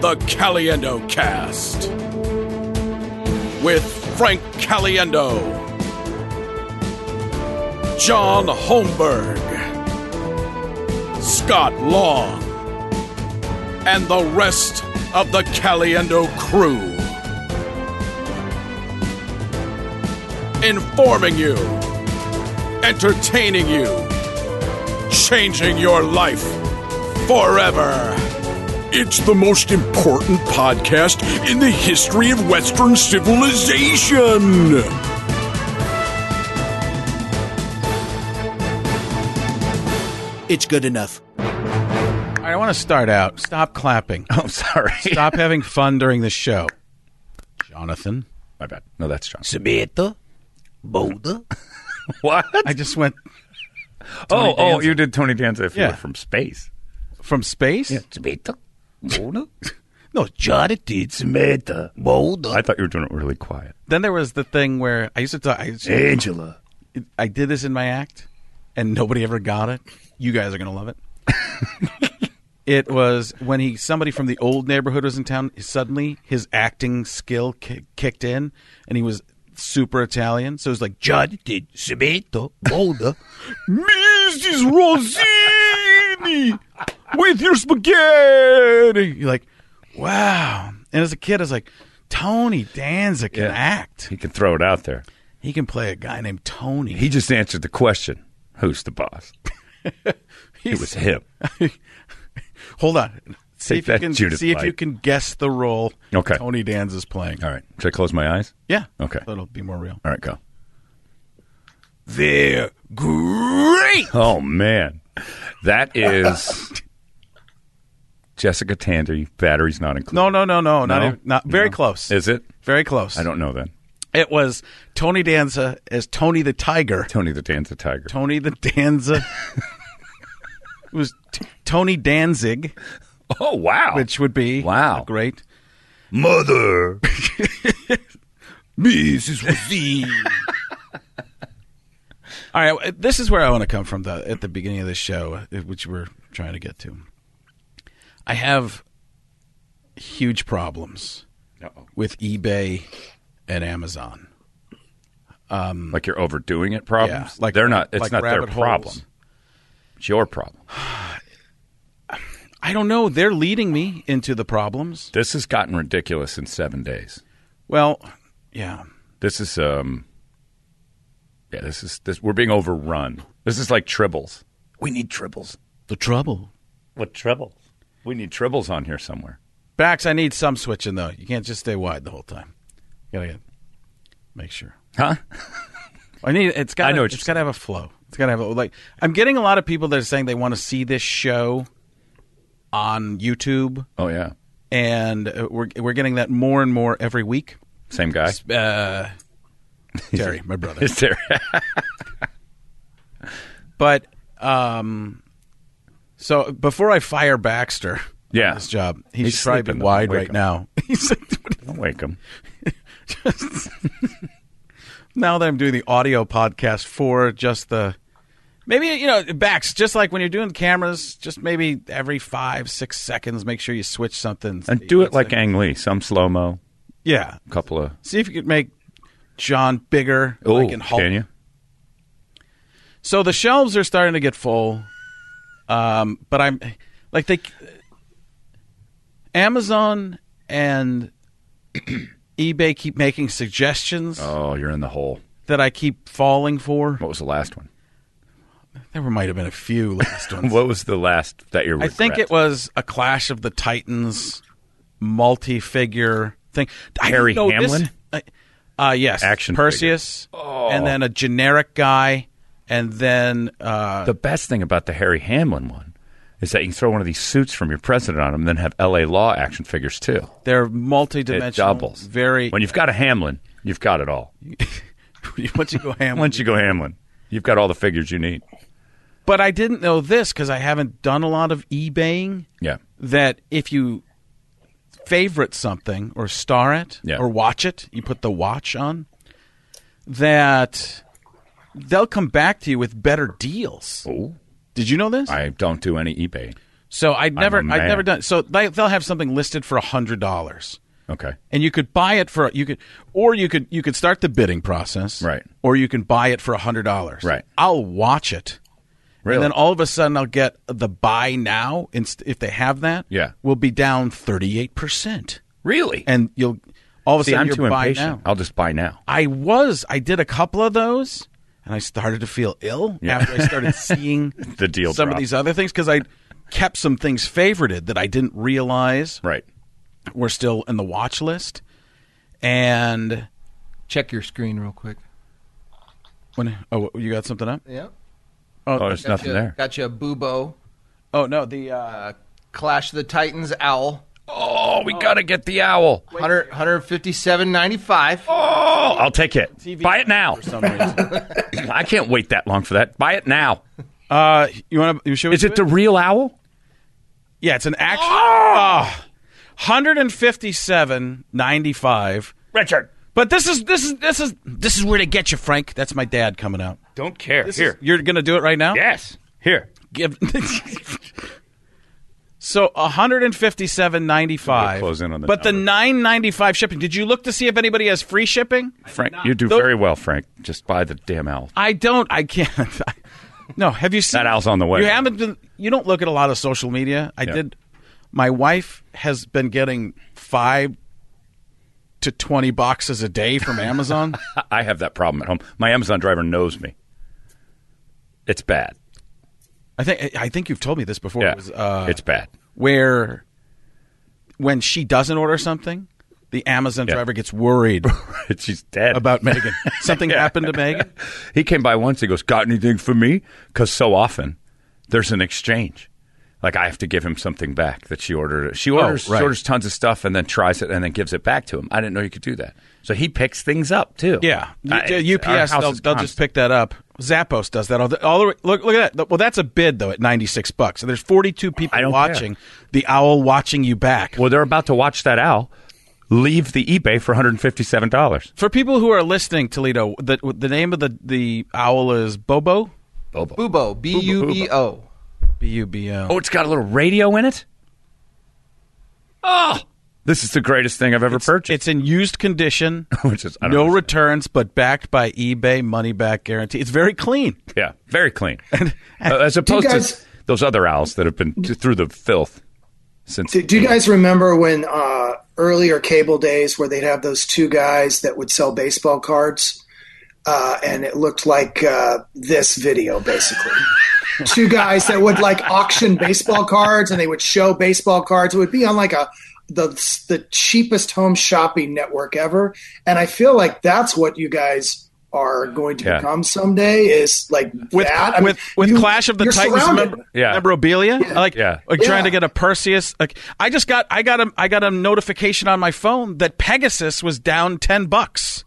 The Caliendo Cast with Frank Caliendo, John Holmberg, Scott Long, and the rest of the Caliendo crew. Informing you, entertaining you, changing your life forever. It's the most important podcast in the history of Western civilization. It's good enough. All right, I want to start out. Stop clapping. Oh, sorry. Stop having fun during the show. Jonathan. My bad. No, that's John. Samantha, Boulder. What? I just went oh, oh, Danza. you did Tony Danza if you Yeah. were from space. from space. Samantha, Boulder. No, Jonathan, Samantha, Boulder. I thought you were doing it really quiet. Then there was the thing where I used to talk. I, used to- Angela. I did this in my act, and nobody ever got it. You guys are gonna love it. it was when he somebody from the old neighborhood was in town. Suddenly, his acting skill ki- kicked in, and he was super Italian. So it was like Jonathan, Samantha, Boulder. Mrs. Rossini with your spaghetti. You're like, wow. And as a kid, I was like, Tony Danza can Yeah. act. He can throw it out there. He can play a guy named Tony. He just answered the question Who's the boss? He's- It was him. Hold on. See Take if you that, can Judith see if you Light. can guess the role Okay. Tony Danza's playing. All right. Should I close my eyes? Yeah. Okay. That'll be more real. All right, go. They're great. Oh, man. That is Jessica Tandy. Batteries not included. No, no, no, no, not No? even, not very No. close. Is it? very close. I don't know then. It was Tony Danza as Tony the Tiger. Tony the Danza Tiger. Tony the Danza. it was t- Tony Danzig, Oh, wow. which would be Wow. a great. Mother. Mrs. Rosine. All right, uh, this is where I want to come from though, at the beginning of this show, uh, which we're trying to get to. I have huge problems Uh-oh. with eBay and Amazon. Like you're overdoing it problems? Yeah, like- they're not, it's like not their rabbit holes. problem. It's your problem. I don't know. They're leading me into the problems. This has gotten ridiculous in seven days. Well, yeah. This is um Yeah, this is this we're being overrun. This is like tribbles. We need tribbles. The trouble. What tribbles? We need tribbles on here somewhere. Bax, I need some switching though. You can't just stay wide the whole time. Gotta get, make sure. Huh? I need it's got. I know what it's you're got to have a flow. It's got to have a, like. I'm getting a lot of people that are saying they want to see this show on YouTube, Oh yeah. and uh, we're we're getting that more and more every week. Same guy. Uh, Terry, my brother, Is there but um, so before I fire Baxter, Yeah. on this job, he's, He's probably sleeping, been though. wide Wake right him. now. he's like, what Don't wake him. just now that I'm doing the audio podcast for just the maybe you know backs just like when you're doing cameras, just maybe every five six seconds, make sure you switch something And do it like Ang Lee, some slow mo, yeah. couple of See if you could make John bigger. Oh, like in Hulk. can you? So the shelves are starting to get full, um, but I'm like they Amazon and eBay keep making suggestions Oh, you're in the hole. that I keep falling for. What was the last one? There might have been a few last ones. What was the last that you I regret? think it was a Clash of the Titans multi-figure thing. I Harry know this- Hamlin? uh, uh, yes, Action Oh. Perseus, and then a generic guy, and then uh, The best thing about the Harry Hamlin one is that you can throw one of these suits from your president on him, and then have L.A. Law action figures too. they're It multi-dimensional. doubles. Very. When you've got a Hamlin, you've got it all. once you go Hamlin, Once you go Hamlin, you've got all the figures you need. but I didn't know this because I haven't done a lot of eBaying. Yeah. that if you favorite something or star it Yeah. or watch it, you put the watch on, that they'll come back to you with better deals. Oh, Did you know this? I don't do any eBay. So I'd never, I'd man. never done. So they, they'll have something listed for hundred dollars, Okay. and you could buy it for you could, or you could you could start the bidding process, Right. Or you can buy it for hundred dollars, Right. I'll watch it, Really? and then all of a sudden I'll get the buy now. Inst- if they have that, Yeah. will be down thirty eight percent, really? and you'll all of a See, sudden I'm you're too buy impatient. now. I'll just buy now. I was. I did a couple of those, and I started to feel ill after I started seeing The deal some drop. of these other things because I kept some things favorited that I didn't realize Right. were still in the watch list. And Check your screen real quick. when oh you got something up? Yeah. Oh, there's nothing there. Gotcha, Bubo. Oh no, the uh, Uh, Clash of the Titans, Owl. Oh, we gotta get the owl. 100, 157.95. Oh, I'll take it. Buy it now. for some reason. I can't wait that long for that. Buy it now. uh, you want to? Is it the real owl? Yeah, it's an actual. Ah! Hundred and fifty-seven ninety-five. Richard, But this is this is this is this is where they get you, Frank. That's my dad coming out. don't care. This Here. is- you're gonna do it right now. yes. Here. Give. so one hundred and fifty-seven ninety-five. Close in on the But the number. nine ninety-five shipping. Did you look to see if anybody has free shipping? Frank, you do Don't- very well, Frank. Just buy the damn owl. I don't. I can't. I- no. Have you seen That owl's on the way. You haven't. Been, you don't look at a lot of social media. I Yeah. did. My wife has been getting five to twenty boxes a day from Amazon. I have that problem at home. My Amazon driver knows me. It's bad. I think. I think you've told me this before. Yeah. It was, uh, it's bad. where when she doesn't order something, the Amazon driver gets worried She's dead. about Megan. Something happened to Megan. He came by once. He goes, "Got anything for me?" Because so often there's an exchange. Like I have to give him something back that she ordered. She orders, Oh, right. she orders tons of stuff and then tries it and then gives it back to him. I didn't know you could do that. So he picks things up too. Yeah, I- uh, U- our UPS. house They'll, is they'll constant. just pick that up. Zappos does that all the, all the way. Look, look at that. Well, that's a bid though at ninety six bucks. So there's forty two I people don't watching the owl watching you back. Well, they're about to watch that owl leave the eBay for 157 dollars. For people who are listening, Toledo, the the name of the the owl is Bobo. Bobo. Bubo, B U B O. B U B O. Oh, it's got a little radio in it. Oh, this is the greatest thing I've ever purchased. It's in used condition. which is I don't No understand. returns, but backed by eBay money back guarantee. It's very clean. Yeah, very clean. Uh, as opposed guys- to those other owls that have been t- through the filth since. Do, do you guys remember when uh, earlier cable days where they'd have those two guys that would sell baseball cards? Uh, and it looked like uh, this video, basically. two guys that would like auction baseball cards and they would show baseball cards. It would be on like a the the cheapest home shopping network ever. And I feel like that's what you guys are going to Yeah. become someday is like with that. I mean, with with you- Clash of the you're Titans surrounded. member- Yeah. memorabilia. Like Yeah. like Yeah. trying to get a Perseus. Like I just got I got a I got a notification on my phone that Pegasus was down ten bucks.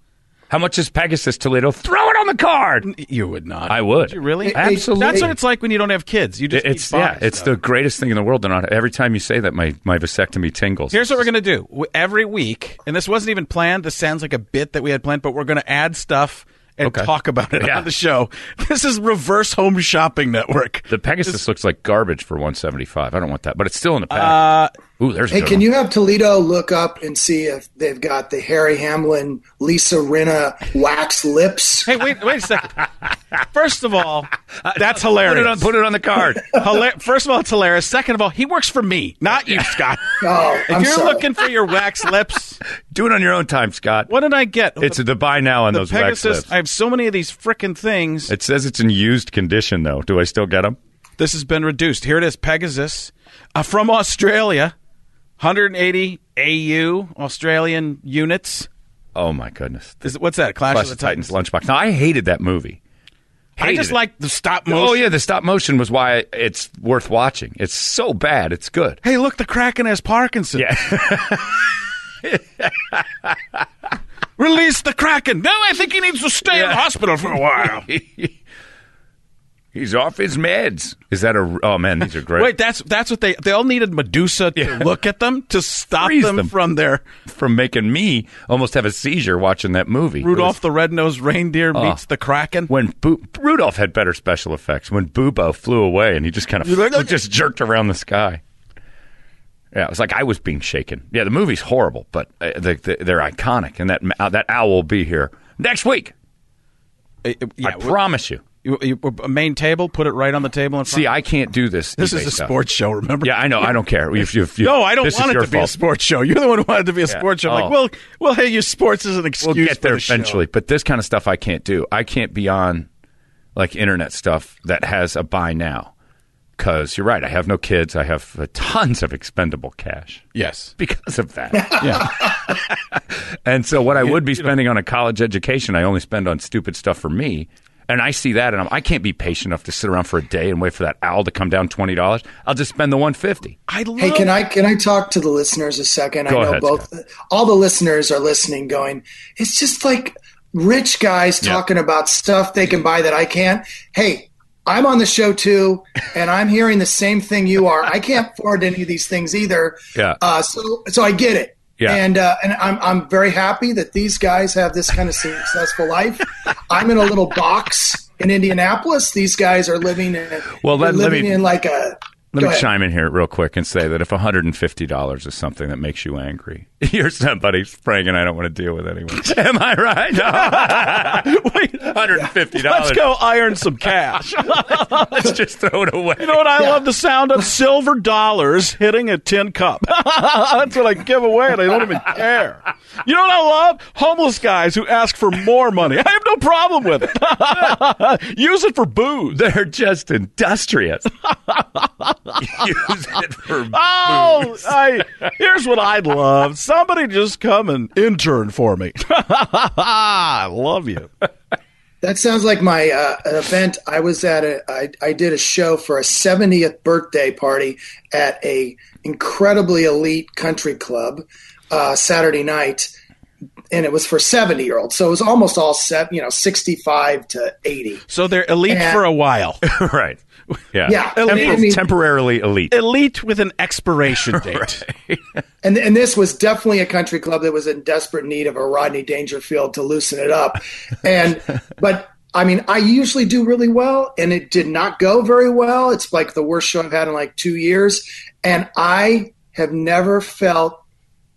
How much is Pegasus Toledo? Throw it on the card. You would not. I would. you really? It- Absolutely. That's what it's like when you don't have kids. You just it's keep yeah, buying it's stuff. the greatest thing in the world. And on- every time you say that, my, my vasectomy tingles. Here's what we're gonna do W- every week, and this wasn't even planned. This sounds like a bit that we had planned, but we're gonna add stuff and Okay. talk about it Yeah. on the show. This is reverse home shopping network. the Pegasus looks like garbage for 175. I don't want that, but it's still in the pack. Ooh, there's. a Hey, good can one. you have Toledo look up and see if they've got the Harry Hamlin, Lisa Rinna wax lips? Hey, wait, wait a second. First of all, that's hilarious. put it on? Put it on the card. Hila- First of all, it's hilarious. Second of all, he works for me, not you, Scott. Oh, if I'm you're sorry. looking for your wax lips, Do it on your own time, Scott. what did I get? It's the buy now on the those wax Pegasus. lips. I have so many of these frickin' things. It says it's in used condition though. Do I still get them? this has been reduced. Here it is, Pegasus uh, from Australia, 180 AU Australian units. Oh my goodness. Is it- what's that? Clash, Clash of the Titans Titans. lunchbox. Now I hated that movie. I just Hated it. like the stop motion. Oh yeah, the stop motion was why it's worth watching. It's so bad, it's good. Hey, look, the Kraken has Parkinson. Yeah. Release the Kraken. No, I think he needs to stay in the hospital for a while. He's off his meds. Is that a? Oh man, these are great. Wait, that's that's what they they all needed Medusa to Yeah. look at them to stop Freeze them, them. from their from making me almost have a seizure watching that movie. It Rudolph was- the Red-Nosed Reindeer meets the Kraken. when Bo- Rudolph had better special effects. When Bubo flew away and he just kind of just jerked around the sky. Yeah, it was like I was being shaken. Yeah, the movie's horrible, but uh, the, the, they're iconic, and that uh, that owl will be here next week. Uh, uh, yeah, I promise you. you, you, a main table, put it right on the table in front. See, I can't do this. this eBay is a stuff. sports show. Remember? Yeah, I know. I don't care. If you, if you, No, I don't this is want it to your be a fault. sports show. You're the one who wanted to be a sports show. I'm Oh. Like, well, well, hey, use sports as an excuse. We'll get for there the show. eventually, but this kind of stuff I can't do. I can't be on like internet stuff that has a buy now. Because you're right, I have no kids. I have uh, tons of expendable cash Yes. because of that. Yeah. and so, what I would be spending on a college education, I only spend on stupid stuff for me. And I see that, and I'm, I can't be patient enough to sit around for a day and wait for that owl to come down twenty dollars. I'll just spend the one fifty. I love. Hey, can I can I talk to the listeners a second? Go I know ahead, both all the listeners are listening going, it's just like rich guys talking about stuff they can buy that I can't. Hey, I'm on the show too, and I'm hearing the same thing you are. I can't afford any of these things either. Yeah. Uh, so so I get it. Yeah. And uh, and I'm I'm very happy that these guys have this kind of successful life. I'm in a little box in Indianapolis. These guys are living in Well, let- let living me- in like a Let Go me ahead. chime in here real quick and say that if $150 is something that makes you angry, you're somebody spraying and I don't want to deal with anyone. Am I right? No. Wait, $150. Let's go iron some cash. you Let's just throw it away. know what? I love the sound of silver dollars hitting a tin cup. That's what I give away, and I don't even care. You know what I love? Homeless guys who ask for more money. I have no problem with it. Use it for booze. They're just industrious. Use it for Oh, I, here's what I'd love. Somebody just come and intern for me. I love you. That sounds like my uh, an event. I was at a. I, I did a show for a 70th birthday party at a incredibly elite country club uh, Saturday night, and it was for 70 year olds. So it was almost all set. You know, 65 to 80. So they're elite Yeah. for a while. Right. Yeah. Yeah. Tempor- I mean- temporarily elite. elite with an expiration date. And and this was definitely a country club that was in desperate need of a Rodney Dangerfield to loosen it up. And but I mean, I usually do really well, and it did not go very well. It's like the worst show I've had in like two years, and I have never felt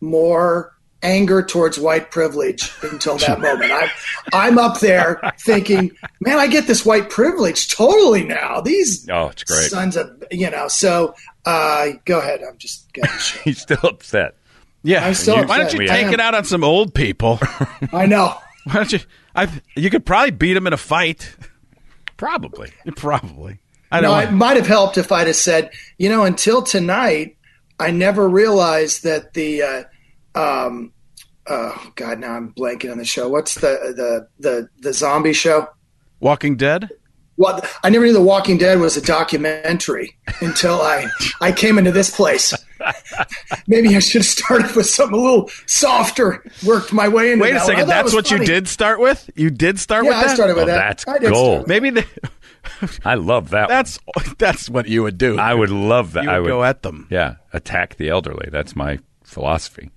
more anger towards white privilege until that moment. I'm, I'm up there thinking, man, I get this white privilege totally now. These Oh, it's great. sons of you know. So uh, go ahead. I'm just getting shit. He's still upset. Yeah. I'm so Why don't upset. you I take am. it out on some old people? I know. Why don't you? I you could probably beat them in a fight. Probably. Probably. I No, don't. it might have helped if I'd have said, you know, until tonight, I never realized that the, uh, um, oh God, now I'm blanking on the show. What's the the the the zombie show? Walking Dead. What I never knew The Walking Dead was a documentary until I I came into this place. Maybe I should have started with something a little softer, worked my way into. Wait a that one. I second. thought it That's was what you funny. did start with. You did start Yeah, with that. Oh, I started with Well, that. that's I did gold. start with Maybe they, I love that. one. that's that's what you would do. I would love that. you I would would go at them. Yeah, attack the elderly. That's my philosophy.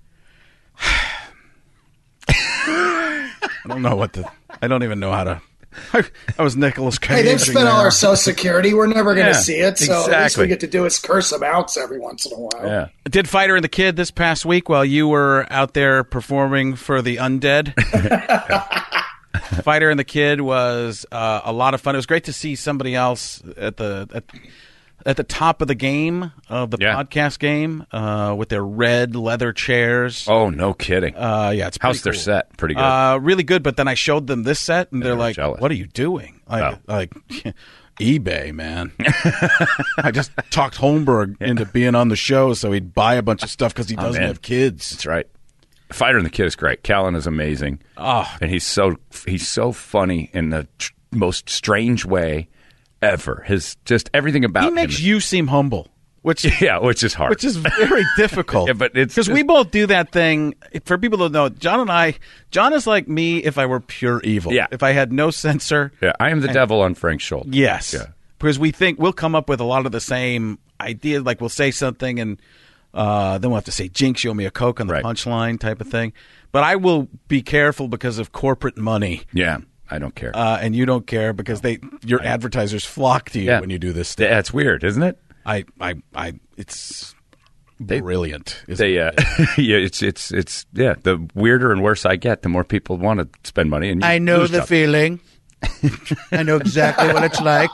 I don't know what to. I don't even know how to. I, I was Nicholas Cage. Hey, they've spent all our social security. We're never going to Yeah, see it. So at least exactly. we get to do is curse them out every once in a while. Yeah. Did Fighter and the Kid this past week while you were out there performing for the undead? Fighter and the Kid was uh, a lot of fun. It was great to see somebody else at the at, at the top of the game of the Yeah. podcast game uh, with their red leather chairs. Oh, no kidding. Uh, yeah, it's pretty How's their cool. set? Pretty good. Uh, really good, but then I showed them this set, and they're they were like, jealous. "What are you doing?" I, Oh. Like eBay, man. I just talked Holmberg into being on the show so he'd buy a bunch of stuff because he doesn't Oh, man. have kids. That's right. Fighter and the Kid is great. Callan is amazing. Oh. And he's so he's so funny in the tr- most strange way ever. His just everything about He makes him. you seem humble, which yeah, which is hard. which is very difficult. Yeah, but it's because we just- both do that thing. For people to know, John and I, John is like me if I were pure evil. Yeah. if I had no censor. yeah, I am the devil on Frank's shoulder. Yes. Yeah. because we think we'll come up with a lot of the same ideas. Like we'll say something, and uh, then we'll have to say "Jinx, you owe me a coke" on the Right. punchline type of thing. But I will be careful because of corporate money, Yeah, I don't care. uh, and you don't care because they your advertisers flock to you Yeah. when you do this. Stuff. Yeah, it's weird, isn't it? I, I, I, it's brilliant. isn't They, it? uh, yeah, it's it's it's yeah. The weirder and worse I get, the more people want to spend money. And you I know lose the stuff. feeling. I know exactly what it's like.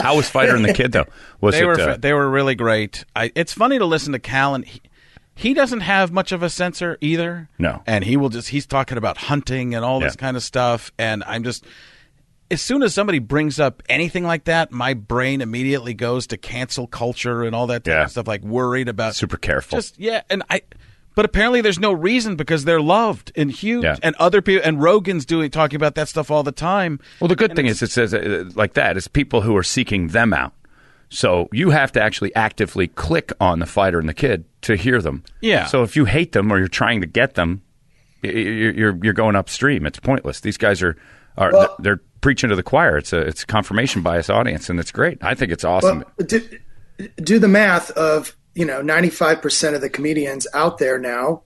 How was Fighter and the Kid though? Was they it? were uh, fa- they were really great. I, it's funny to listen to Cal and he, he doesn't have much of a censor either. No. and he will just he's talking about hunting and all this Yeah. kind of stuff, and I'm just as soon as somebody brings up anything like that, my brain immediately goes to cancel culture and all that type Yeah. of stuff, like worried about Super careful. Just yeah, and I. But apparently, there's no reason because they're loved and huge, Yeah. and other people and Rogan's doing talking about that stuff all the time. Well, the good thing is, it says uh, like that is people who are seeking them out. So you have to actually actively click on the fighter and the kid to hear them. Yeah. So if you hate them or you're trying to get them, y- y- you're you're going upstream. It's pointless. These guys are are Well- they're preaching to the choir. It's a it's a confirmation bias audience, and it's great. I think it's awesome. But Um, do, do the math of you know ninety five percent of the comedians out there now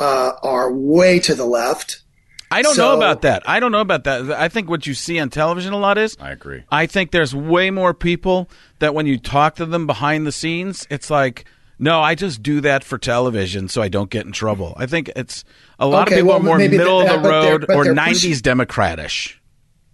uh, are way to the left. I don't know So- about that. I don't know about that. I think what you see on television a lot is. I agree. I think there's way more people that when you talk to them behind the scenes, it's like, no, I just do that for television so I don't get in trouble. I think it's a lot Okay, of people well, are more maybe middle that- of the but they're- road but or they're 90s pushing- Democratish.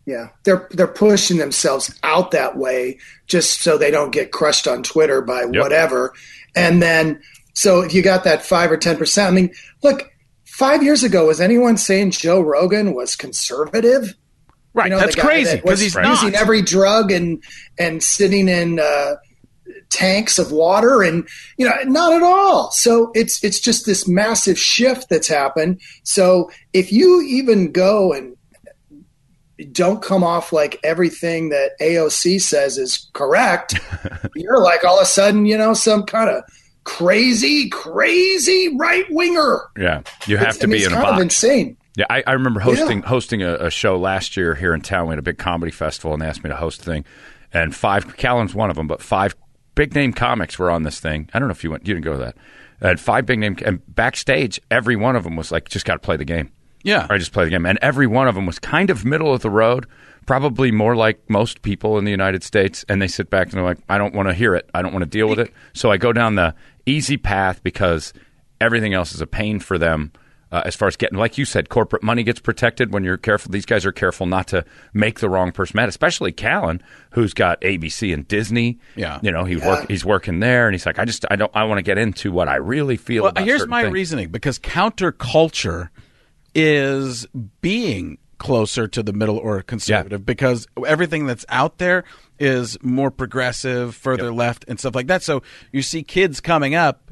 Yeah, they're they're pushing themselves out that way just so they don't get crushed on Twitter by whatever. And then, so if you got that five or ten percent, I mean, look, five years ago, was anyone saying Joe Rogan was conservative? Right. You know, That's the guy crazy that because was he's using not. every drug and and sitting in uh, tanks of water and you know not at all. So it's it's just this massive shift that's happened. So if you even go and don't come off like everything that AOC says is correct, you're like all of a sudden you know some kind of crazy crazy right winger. Yeah. You have to I mean, be it's in a kind box. of insane. Yeah, I, I remember hosting hosting a, a show last year here in town. We had a big comedy festival and they asked me to host a thing, and five Callan's one of them, but five big name comics were on this thing. I don't know if you went, you didn't go to that. And five big name and backstage, every one of them was like, just got to play the game. Yeah. I just play the game, and every one of them was kind of middle of the road, probably more like most people in the United States. And they sit back and they're like, I don't want to hear it. I don't want to deal with it. So I go down the easy path because everything else is a pain for them. Uh, as far as getting, like you said, corporate money gets protected when you're careful. These guys are careful not to make the wrong person mad, especially Callan, who's got ABC and Disney. Yeah. you know he work, he's working there, and he's like, I just I don't I want to get into what I really feel. Well, about here's certain my things. reasoning because counterculture is being closer to the middle or conservative because everything that's out there is more progressive, further left, and stuff like that. So you see kids coming up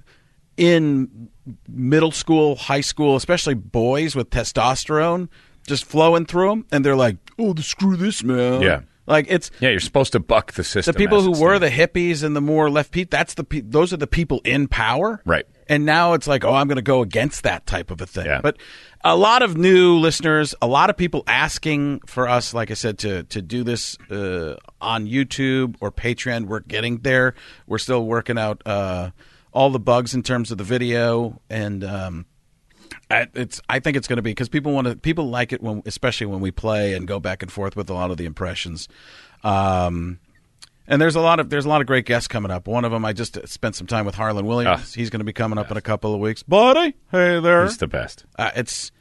in middle school, high school, especially boys with testosterone just flowing through them, and they're like, "Oh, screw this, man!" Yeah. like it's Yeah, you're supposed to buck the the system. people as who it were stands. the hippies and the more left people that's the pe- those are the people in power Right. and now it's like oh i'm going to go against that type of a thing Yeah. but a lot of new listeners a lot of people asking for us like i said to to do this uh, on youtube or patreon we're getting there we're still working out uh, all the bugs in terms of the video and um, I, it's. I think it's going to be because people want to. People like it when, especially when we play and go back and forth with a lot of the impressions. Um, and there's a lot of there's a lot of great guests coming up. One of them I just spent some time with Harlan Williams. He's going to be coming up in a couple of weeks, buddy. Hey there. Ah. He's the best. uh, it's.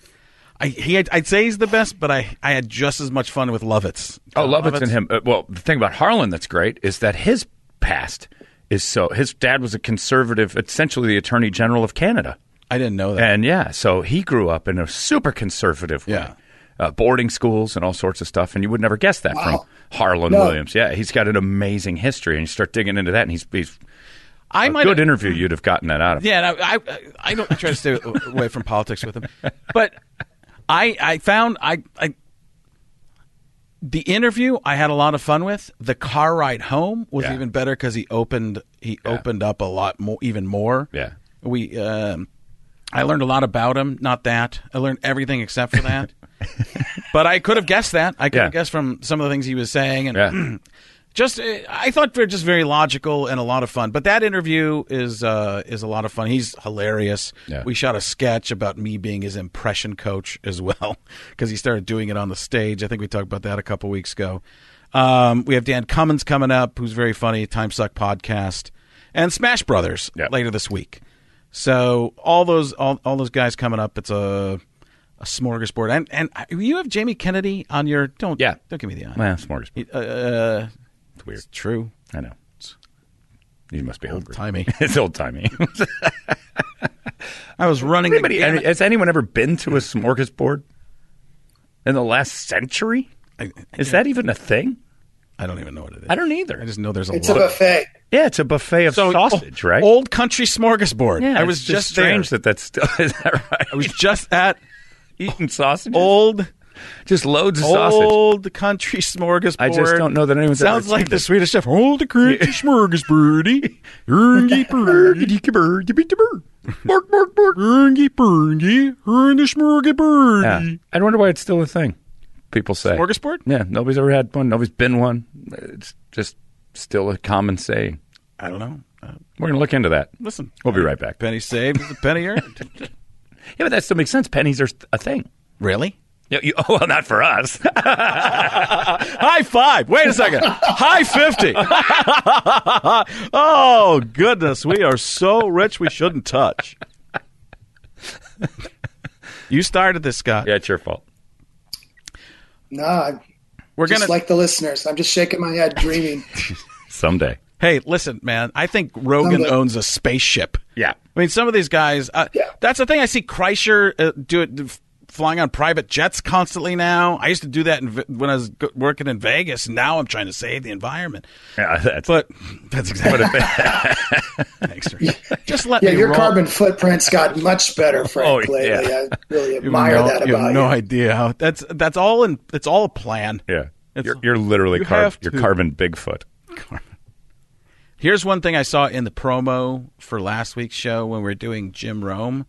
I, he, I'd say he's the best, but I, I had just as much fun with Lovitz. Oh, Lovitz and him. Uh, well, the thing about Harlan that's great is that his past is so. His dad was a conservative, essentially the Attorney General of Canada, I didn't know that. and yeah, so he grew up in a super conservative way. Yeah. Uh, boarding schools and all sorts of stuff, and you would never guess that from Harlan Williams. Yeah, he's got an amazing history, and you start digging into that, and he's, he's I a might Uh, good interview. You'd have gotten that out of. Yeah, and I, I, I don't I try to stay away from politics with him, but I, I found I, I, the interview I had a lot of fun with. The car ride home was Yeah. even better because he opened he opened up a lot more, even more. Yeah. we, um, I learned a lot about him. Not that I learned everything except for that, but I could have guessed that. I could Yeah. have guessed from some of the things he was saying and Yeah. just uh, I thought they're just very logical and a lot of fun. But that interview is uh, is a lot of fun. He's hilarious. Yeah. We shot a sketch about me being his impression coach as well because he started doing it on the stage. I think we talked about that a couple weeks ago. Um, we have Dan Cummins coming up, who's very funny. Time Suck podcast and Smash Brothers Yeah. later this week. So all those all, all those guys coming up. It's a a smorgasbord. And and uh, you have Jamie Kennedy on your don't Yeah. don't give me the eye. Well, smorgasbord. Uh, It's weird. true. I know. It's- You must be hungry. timey. it's old timey. I was running. Anybody, the gamut. any- has anyone ever been to a smorgasbord in the last century? Is that even a thing? I don't even know what it is. I don't either. I just know there's a It's a lot. buffet. yeah, it's a buffet of sausage, oh, right? Old country smorgasbord. yeah, I it's was just, strange there. that that's still is that right? I was just at eating sausage. old just loads of sausage. old country smorgasbord. I just don't know that anyone's Sounds ever like the Swedish chef. Old country smorgasbordy. Ergy bergy. Bork, bork, bork. Ergy bergy. Ergy Yeah. smorgasbordy. I wonder why it's still a thing. People say Smorgasbord? Yeah, nobody's ever had one. Nobody's been one. It's just still a common saying. I don't know. Uh, We're going to look into that. listen. We'll be right back. Penny saved is a penny earned. Yeah, but that still makes sense. Pennies are a thing. really? Yeah, you, oh, well, not for us. High five. Wait a second. High 50. oh, goodness. We are so rich we shouldn't touch. You started this, Scott. yeah, it's your fault. No, I'm We're just going to. like the listeners. I'm just shaking my head, dreaming. Someday. hey, listen, man. I think Rogan Someday. owns a spaceship. Yeah. I mean, some of these guys. Uh, Yeah. That's the thing. I see Kreischer uh, do it, f- flying on private jets constantly now. I used to do that in, Ve- when I was g- working in Vegas. Now I'm trying to save the environment. Yeah, that's But that's exactly. Thanks, Rick. Just let Yeah, me your roll. carbon footprint's gotten much better, Frank. Oh, yeah. lately. I really You have admire no- that you have about no you. idea how that's that's all in it's all a plan. yeah. It's- You're, you're literally you car- have you're to. carbon Bigfoot. Here's one thing I saw in the promo for last week's show when we were doing Jim Rome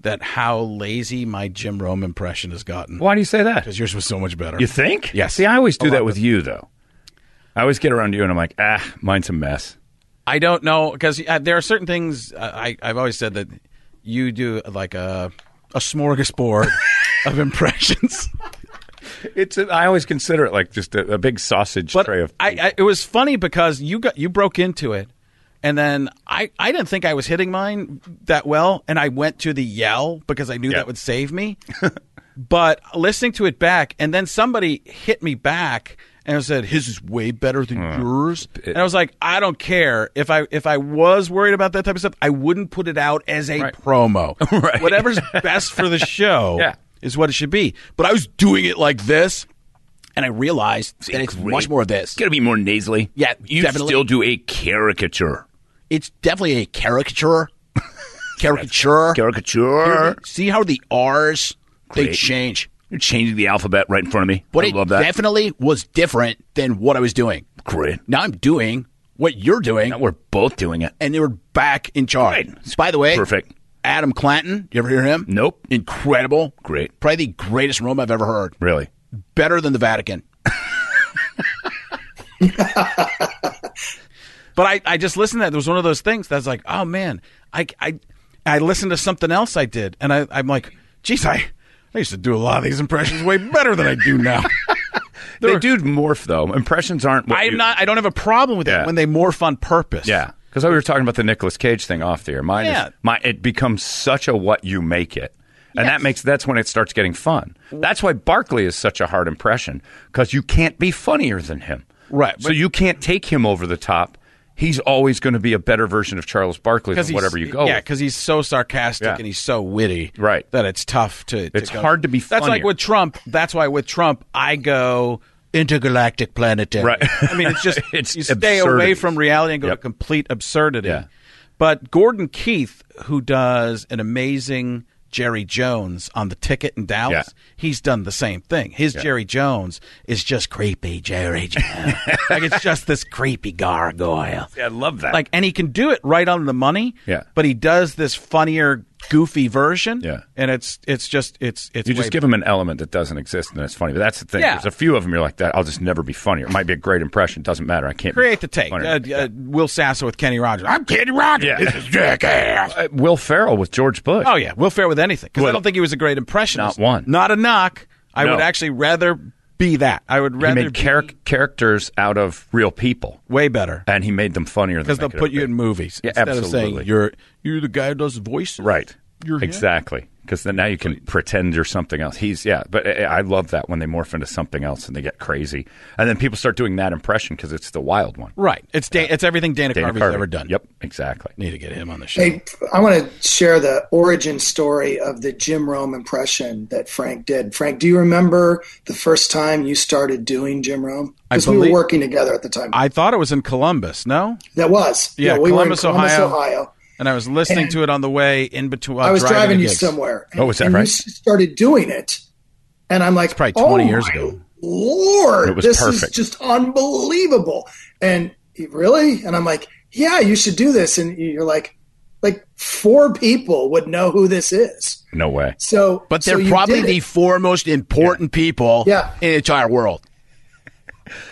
that how lazy my Jim Rome impression has gotten. Why do you say that? Because yours was so much better. You think? Yes. See, I always A do lot that with you, though. I always get around you and I'm like, ah, mine's a mess. I don't know because uh, there are certain things uh, I, I've always said that you do like a a smorgasbord of impressions. It's. A, I always consider it like just a, a big sausage But tray of. I, I, it was funny because you got you broke into it, and then I, I didn't think I was hitting mine that well, and I went to the yell because I knew Yeah. that would save me. but listening to it back, and then somebody hit me back and said his is way better than Hmm. yours, and I was like, I don't care if I if I was worried about that type of stuff, I wouldn't put it out as a promo. Right. Whatever's best for the show Yeah. is what it should be. But I was doing it like this. And I realized that it's Great. much more of this. It's gonna be more nasally. Yeah, you definitely. still do a caricature. It's definitely a caricature. caricature. Caricature. See how the R's they Great. change. You're changing the alphabet right in front of me. But I it love that. definitely was different than what I was doing. Great. Now I'm doing what you're doing, Now we're both doing it. and they were back in charge. Right. By the way, Perfect. Adam Clanton, you ever hear him? Nope. Incredible. Great. Probably the greatest room I've ever heard. Really. Better than the Vatican. But I, I just listened to that. It was one of those things that's like, oh man, I, I, I listened to something else I did, and I, I'm like, geez, I, I used to do a lot of these impressions way better than I do now. They do morph though. Impressions aren't. What I'm you- not. I don't have a problem with Yeah. it when they morph on purpose. Yeah, because we were talking about the Nicolas Cage thing off the air. Mine Yeah. is my. It becomes such a what you make it, and that makes that's when it starts getting fun. That's why Barkley is such a hard impression because you can't be funnier than him. Right, So but- you can't take him over the top. He's always going to be a better version of Charles Barkley than he's- whatever you go. Yeah, with. because he's so sarcastic Yeah. and he's so witty, Right. That it's tough to. to It's go- hard to be That's like funnier. with Trump. That's why with Trump, I go intergalactic planetary. Right. I mean, it's just It's you stay away absurdities. from reality and go Yep. to complete absurdity. Yeah. But Gordon Keith, who does an amazing Jerry Jones on the ticket in Dallas, Yeah. he's done the same thing. His Jerry Jones is just creepy Jerry Jones. like it's just this creepy gargoyle Yeah, I love that. like and he can do it right on the money Yeah. but he does this funnier goofy version. Yeah. and it's it's just it's it's You way just give them an element that doesn't exist, and it's funny. But that's the thing. Yeah. There's a few of them. You're like that. I'll just never be funny. It might be a great impression. Doesn't matter. I can't be create the take. Uh, funny. uh, Will Sassa with Kenny Rogers. I'm kidding. yeah. Uh, Will Ferrell with George Bush. Oh yeah, Will Ferrell with anything because I Well, don't think he was a great impressionist. not one. Not a knock. I No. would actually rather be that. I would he rather made char- characters out of real people, be way better and he made them funnier than because they'll could put have you been. in movies Yeah, instead of absolutely. saying you're you're the guy who does voice. Right. exactly. Because then now you can pretend you're something else. He's yeah, but I I love that when they morph into something else and they get crazy, and then people start doing that impression because it's the wild one. Right. It's Dan- it's everything Dana, Dana Carvey's Carvey. ever done. Yep, exactly. Need to get him on the show. Hey, I want to share the origin story of the Jim Rome impression that Frank did. Frank, do you remember the first time you started doing Jim Rome? Because we believe- were working together at the time. I thought it was in Columbus. No. that was. Yeah, we Columbus, were in Columbus, Ohio. Ohio. And I was listening to it on the way in between. uh, I was driving, to you gigs. somewhere. Oh, is that and right? You s- started doing it, and I'm like, probably oh 20 years my ago." Lord, It was this perfect. is just unbelievable. And he, really, and I'm like, yeah, you should do this. And you're like, like four people would know who this is. No way. So, But so they're you probably did the it. four most important people Yeah. in the entire world.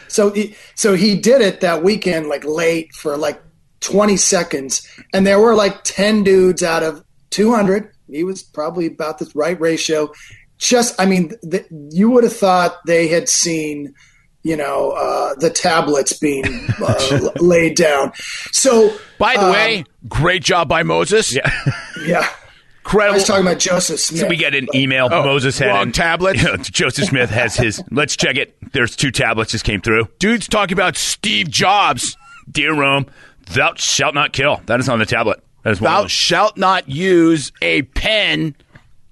So, he- so he did it that weekend, like late for like 20 seconds, and there were like 10 dudes out of 200. He was probably about the right ratio. Just, I mean, th- you would have thought they had seen, you know, uh, the tablets being uh, l- laid down. So, By the um, way, great job by Moses. Yeah. yeah, I Incredible. was talking about Joseph Smith. We get an email. Oh, Moses had wrong an- tablets. Joseph Smith has his. Let's check it. There's two tablets just came through. Dude's talking about Steve Jobs. Dear Rome, thou shalt not kill. That is on the tablet. That is one. Thou of them. shalt not use a pen.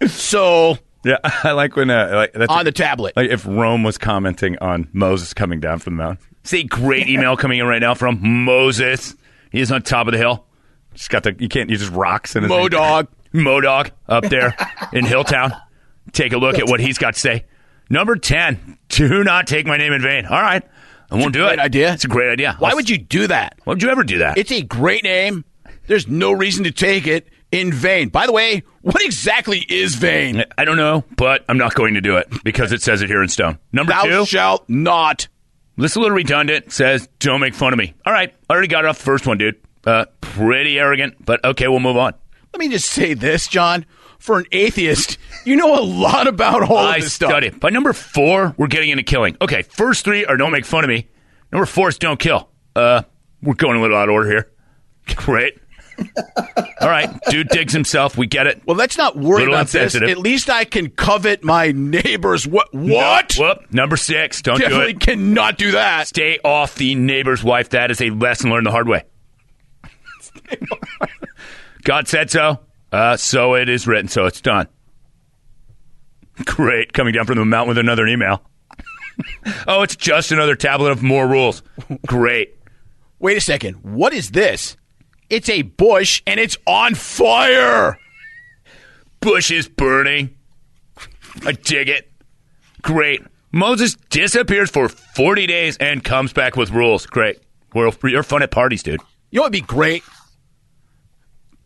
So yeah, I like when uh, like that's on the tablet. Like if Rome was commenting on Moses coming down from the mountain. See, great email coming in right now from Moses. He is on top of the hill. Just got the you can't you just rocks in his Mo Dog. Modog up there in Hilltown. Take a look at what he's got to say. Number ten, do not take my name in vain. All right. I won't do great it. idea. It's a great idea. Why would you do that? why would you ever do that? It's a great name. There's no reason to take it in vain. By the way, what exactly is vain? I don't know, but I'm not going to do it because it says it here in stone. Number Thou two, shalt not. This is a little redundant. Says, don't make fun of me. All right, I already got it off the first one, dude. Uh, pretty arrogant, but okay, we'll move on. Let me just say this, John. For an atheist, you know a lot about all I of this stuff. study. By number four, we're getting into killing. Okay, first three are don't make fun of me. Number four is don't kill. Uh, we're going a little out of order here. Great. All right, dude digs himself. We get it. Well, let's not worry Little about this. insensitive. At least I can covet my neighbor's what? What? No, whoop. Number six, don't Definitely do it. cannot do that. Stay off the neighbor's wife. That is a lesson learned the hard way. God said so. Uh, so it is written. So it's done. Great. Coming down from the mountain with another email. oh, it's just another tablet of more rules. Great. Wait a second. What is this? It's a bush and it's on fire. Bush is burning. I dig it. Great. Moses disappears for 40 days and comes back with rules. Great. We're, you're fun at parties, dude. You know what'd be great?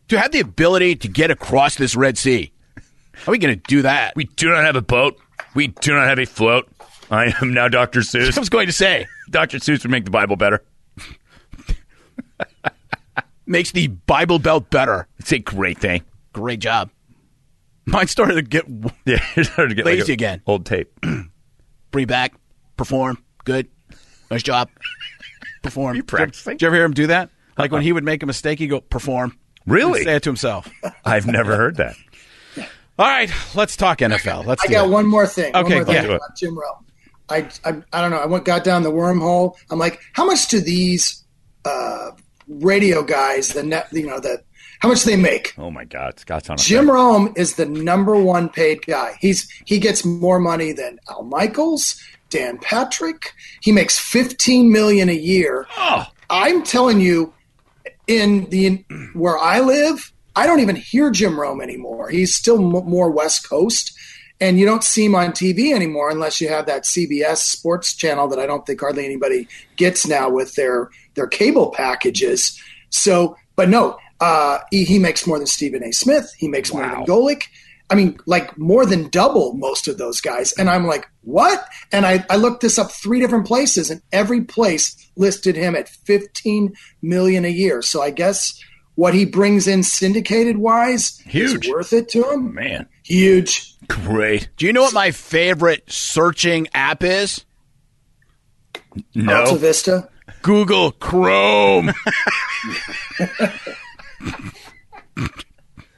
To have the ability to get across this Red Sea. How are we going to do that? We do not have a boat. We do not have a float. I am now Dr. I Seuss. was going to say, Dr. Seuss would make the Bible better. makes the Bible Belt better. It's a great thing. Great job. Mine started to get Yeah, you're starting to get Lazy again. Old tape. bring back, perform, good, nice job, perform. Practicing. Did you Uh-huh. ever hear him do that? Like when he would make a mistake, he'd go perform. Really? And say it to himself. I've never heard that. All right, let's talk NFL. Let's I do got it. one more thing. one Okay, more thing yeah. Do it. about Jim Rome. I, I, I don't know. I went got down the wormhole. I'm like, how much do these uh, radio guys, the net, you know, that how much do they make? Oh my God, Scott's on a Jim thing. Rome is the number one paid guy. He's he gets more money than Al Michaels, Dan Patrick. He makes 15 million a year. Oh. I'm telling you, in the in, where I live, I don't even hear Jim Rome anymore. He's still m- more West Coast, and you don't see him on TV anymore unless you have that CBS sports channel that I don't think hardly anybody gets now with their their cable packages. So, but no, Uh, he, he makes more than Stephen A. Smith. He makes more than Golick. I mean, like more than double most of those guys. And I'm like, what? And I, I looked this up three different places, and every place listed him at 15 million a year. So I guess what he brings in syndicated wise Huge. is worth it to him. Man, Huge. great. Do you know what my favorite searching app is? Alta No, Vista. Google Chrome.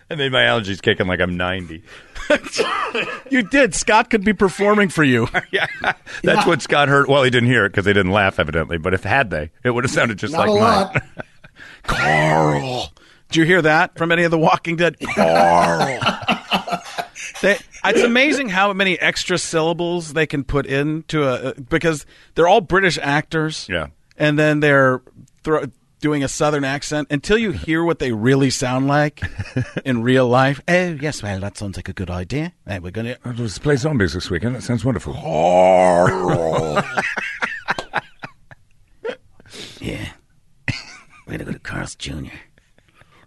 I made my allergies kicking like I'm 90. You did. Scott could be performing for you. Yeah, that's what Scott heard. Well, he didn't hear it because they didn't laugh, evidently. But if had they, it would have sounded just Not like a mine. lot. Carl. Did you hear that from any of the Walking Dead? Carl. They, it's amazing how many extra syllables they can put into a uh, because they're all British actors. Yeah. and then they're thro- doing a Southern accent until you hear what they really sound like in real life. Oh yes, well that sounds like a good idea. Hey, we're gonna uh, I was play zombies this weekend. That sounds wonderful. yeah, we're gonna go to Carl's Jr.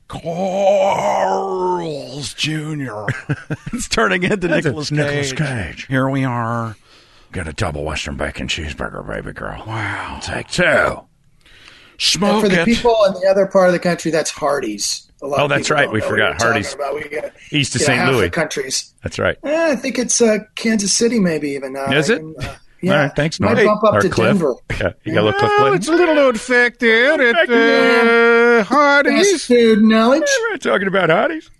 Carl's Jr. It's turning into Nicholas Nicholas Cage. Cage. Here we are. Got a double Western bacon cheeseburger, baby girl. Wow. Take two. And Smoke for the it. people in the other part of the country, that's Hardee's. A lot Oh, of that's people right. don't We know what forgot you're talking Hardee's. about. We got, East of you know, St. half Louis. The countries. That's right. Eh, I think it's uh, Kansas City, maybe even. Uh, Is it? even, uh, yeah. All right. Thanks, Norm. Might bump up Or to Cliff. Denver. Yeah, you got a little Cliff Clinton? it's a little infected at uh, Fast Hardee's. food knowledge. We're not talking about hotties.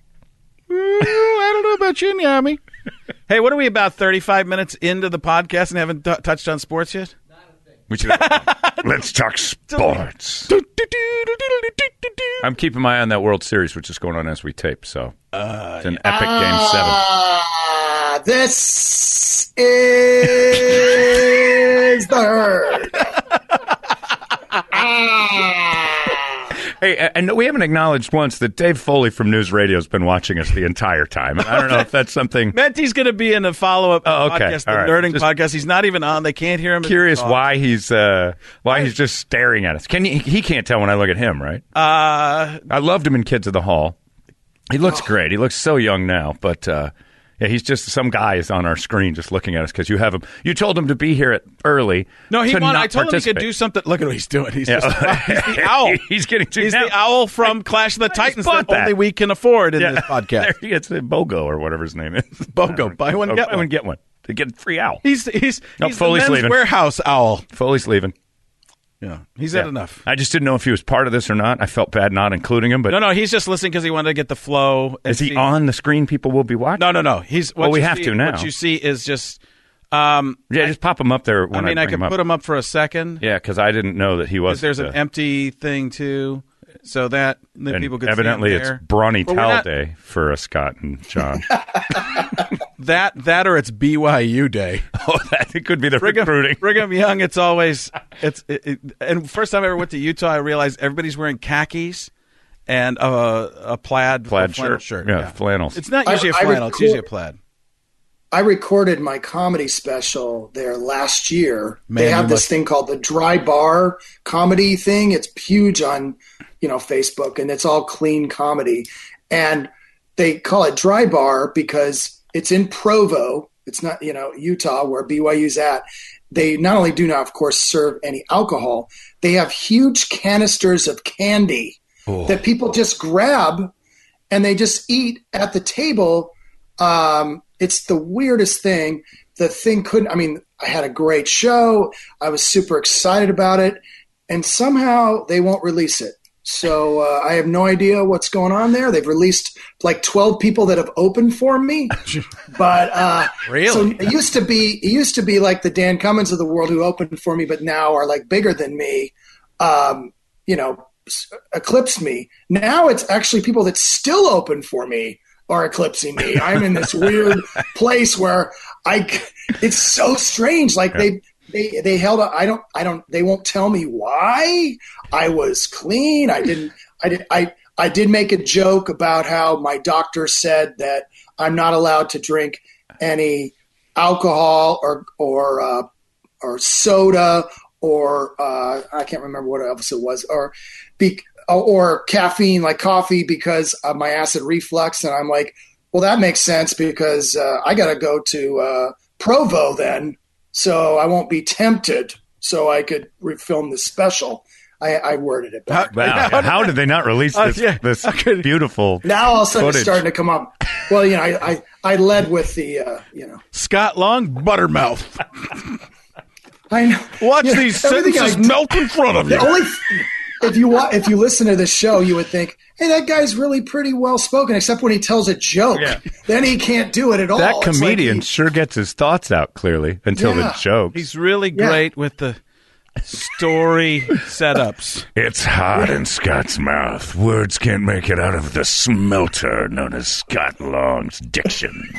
Ooh, I don't know about you, Nyami. Hey, what are we about thirty-five minutes into the podcast and haven't t- touched on sports yet? We should Let's talk sports. I'm keeping my eye on that World Series, which is going on as we tape. So it's an epic game seven. Ah, this is the herd. Ah. Hey, a- and we haven't acknowledged once that Dave Foley from News Radio has been watching us the entire time. I don't know if that's something. Menti's going to be in a follow-up Oh, okay. podcast, the All right. Nerding Just- podcast. He's not even on. They can't hear him. Curious why he's uh, why he's just staring at us. Can you, he can't tell when I look at him, right? Uh, I loved him in Kids of the Hall. He Oh. looks great. He looks so young now, but uh, yeah, he's just some guy is on our screen just looking at us because you have him. You told him to be here at early. no, he to wanted. not I told him he could do participate. something. Look at what he's doing. He's Yeah. just he's the owl. he's getting too. He's now. the owl from Clash of the just Titans bought that, that. only we can afford in Yeah. this podcast. There he is, uh, Bogo or whatever his name is. Bogo, buy one Oh, get buy one. get one. To get a free owl. He's he's, Nope, he's the Foley's men's leaving. warehouse owl. Foley's leaving. Yeah, he's Yeah. had enough. I just didn't know if he was part of this or not. I felt bad not including him, but No, no, he's just listening because he wanted to get the flow. and is he see- on the screen? People will be watching. No, no, no. He's what Well, we you have see- to now. What you see is just. Um, Yeah, just pop him up there. When I I mean, I, bring could him up. put him up for a second. Yeah, because I didn't know that he was. Because there's an uh, empty thing too, so that the and people could evidently see him it's there. brawny But we're towel not- day for uh, Scott and John. that that or it's BYU day. oh, that it could be the Brigham, recruiting. Brigham Young. It's always it's it, it, and first time I ever went to Utah, I realized everybody's wearing khakis and a, a plaid plaid flannel shirt. Yeah, flannels. It's not I- usually a I flannel. It's record- usually a plaid. I recorded my comedy special there last year. Man, they you have this must- thing called the Dry Bar comedy thing. It's huge on, you know, Facebook and it's all clean comedy. And they call it Dry Bar because it's in Provo. It's not, you know, Utah where BYU's at. They not only do not of course serve any alcohol, they have huge canisters of candy Oh. that people just grab and they just eat at the table. Um, it's the weirdest thing. The thing couldn't. I mean, I had a great show. I was super excited about it, and somehow they won't release it. So uh, I have no idea what's going on there. They've released like twelve people that have opened for me, but uh, so Really? it used to be it used to be like the Dan Cummins of the world who opened for me, but now are like bigger than me. Um, you know, s- eclipsed me. Now it's actually people that still open for me are eclipsing me. I'm in this weird place where I c- it's so strange. Like they they they held I I don't I don't they won't tell me why I was clean. I didn't I did I I did make a joke about how my doctor said that I'm not allowed to drink any alcohol or or uh, or soda or uh, I can't remember what else it was or be, or caffeine like coffee because of my acid reflux, and I'm like, well, that makes sense because uh, I got to go to uh, Provo then, so I won't be tempted, so I could re- film this special. I, I worded it better. Wow. How did they not release Uh, this, yeah. this How could- beautiful? now all of a sudden it's Footage. starting to come up. Well, you know, I I, I led with the uh, you know Scott Long, buttermouth. I know. Watch you know, these everything I sentences do- melt in front of you. only if you wa- if you listen to this show, you would think, "Hey, that guy's really pretty well spoken," except when he tells a joke. Then he can't do it at all. That Oh, It's like comedian he- sure gets his thoughts out clearly until Yeah. the jokes. He's really Yeah. great with the story setups. It's hot in Scott's mouth. Words can't make it out of the smelter known as Scott Long's diction.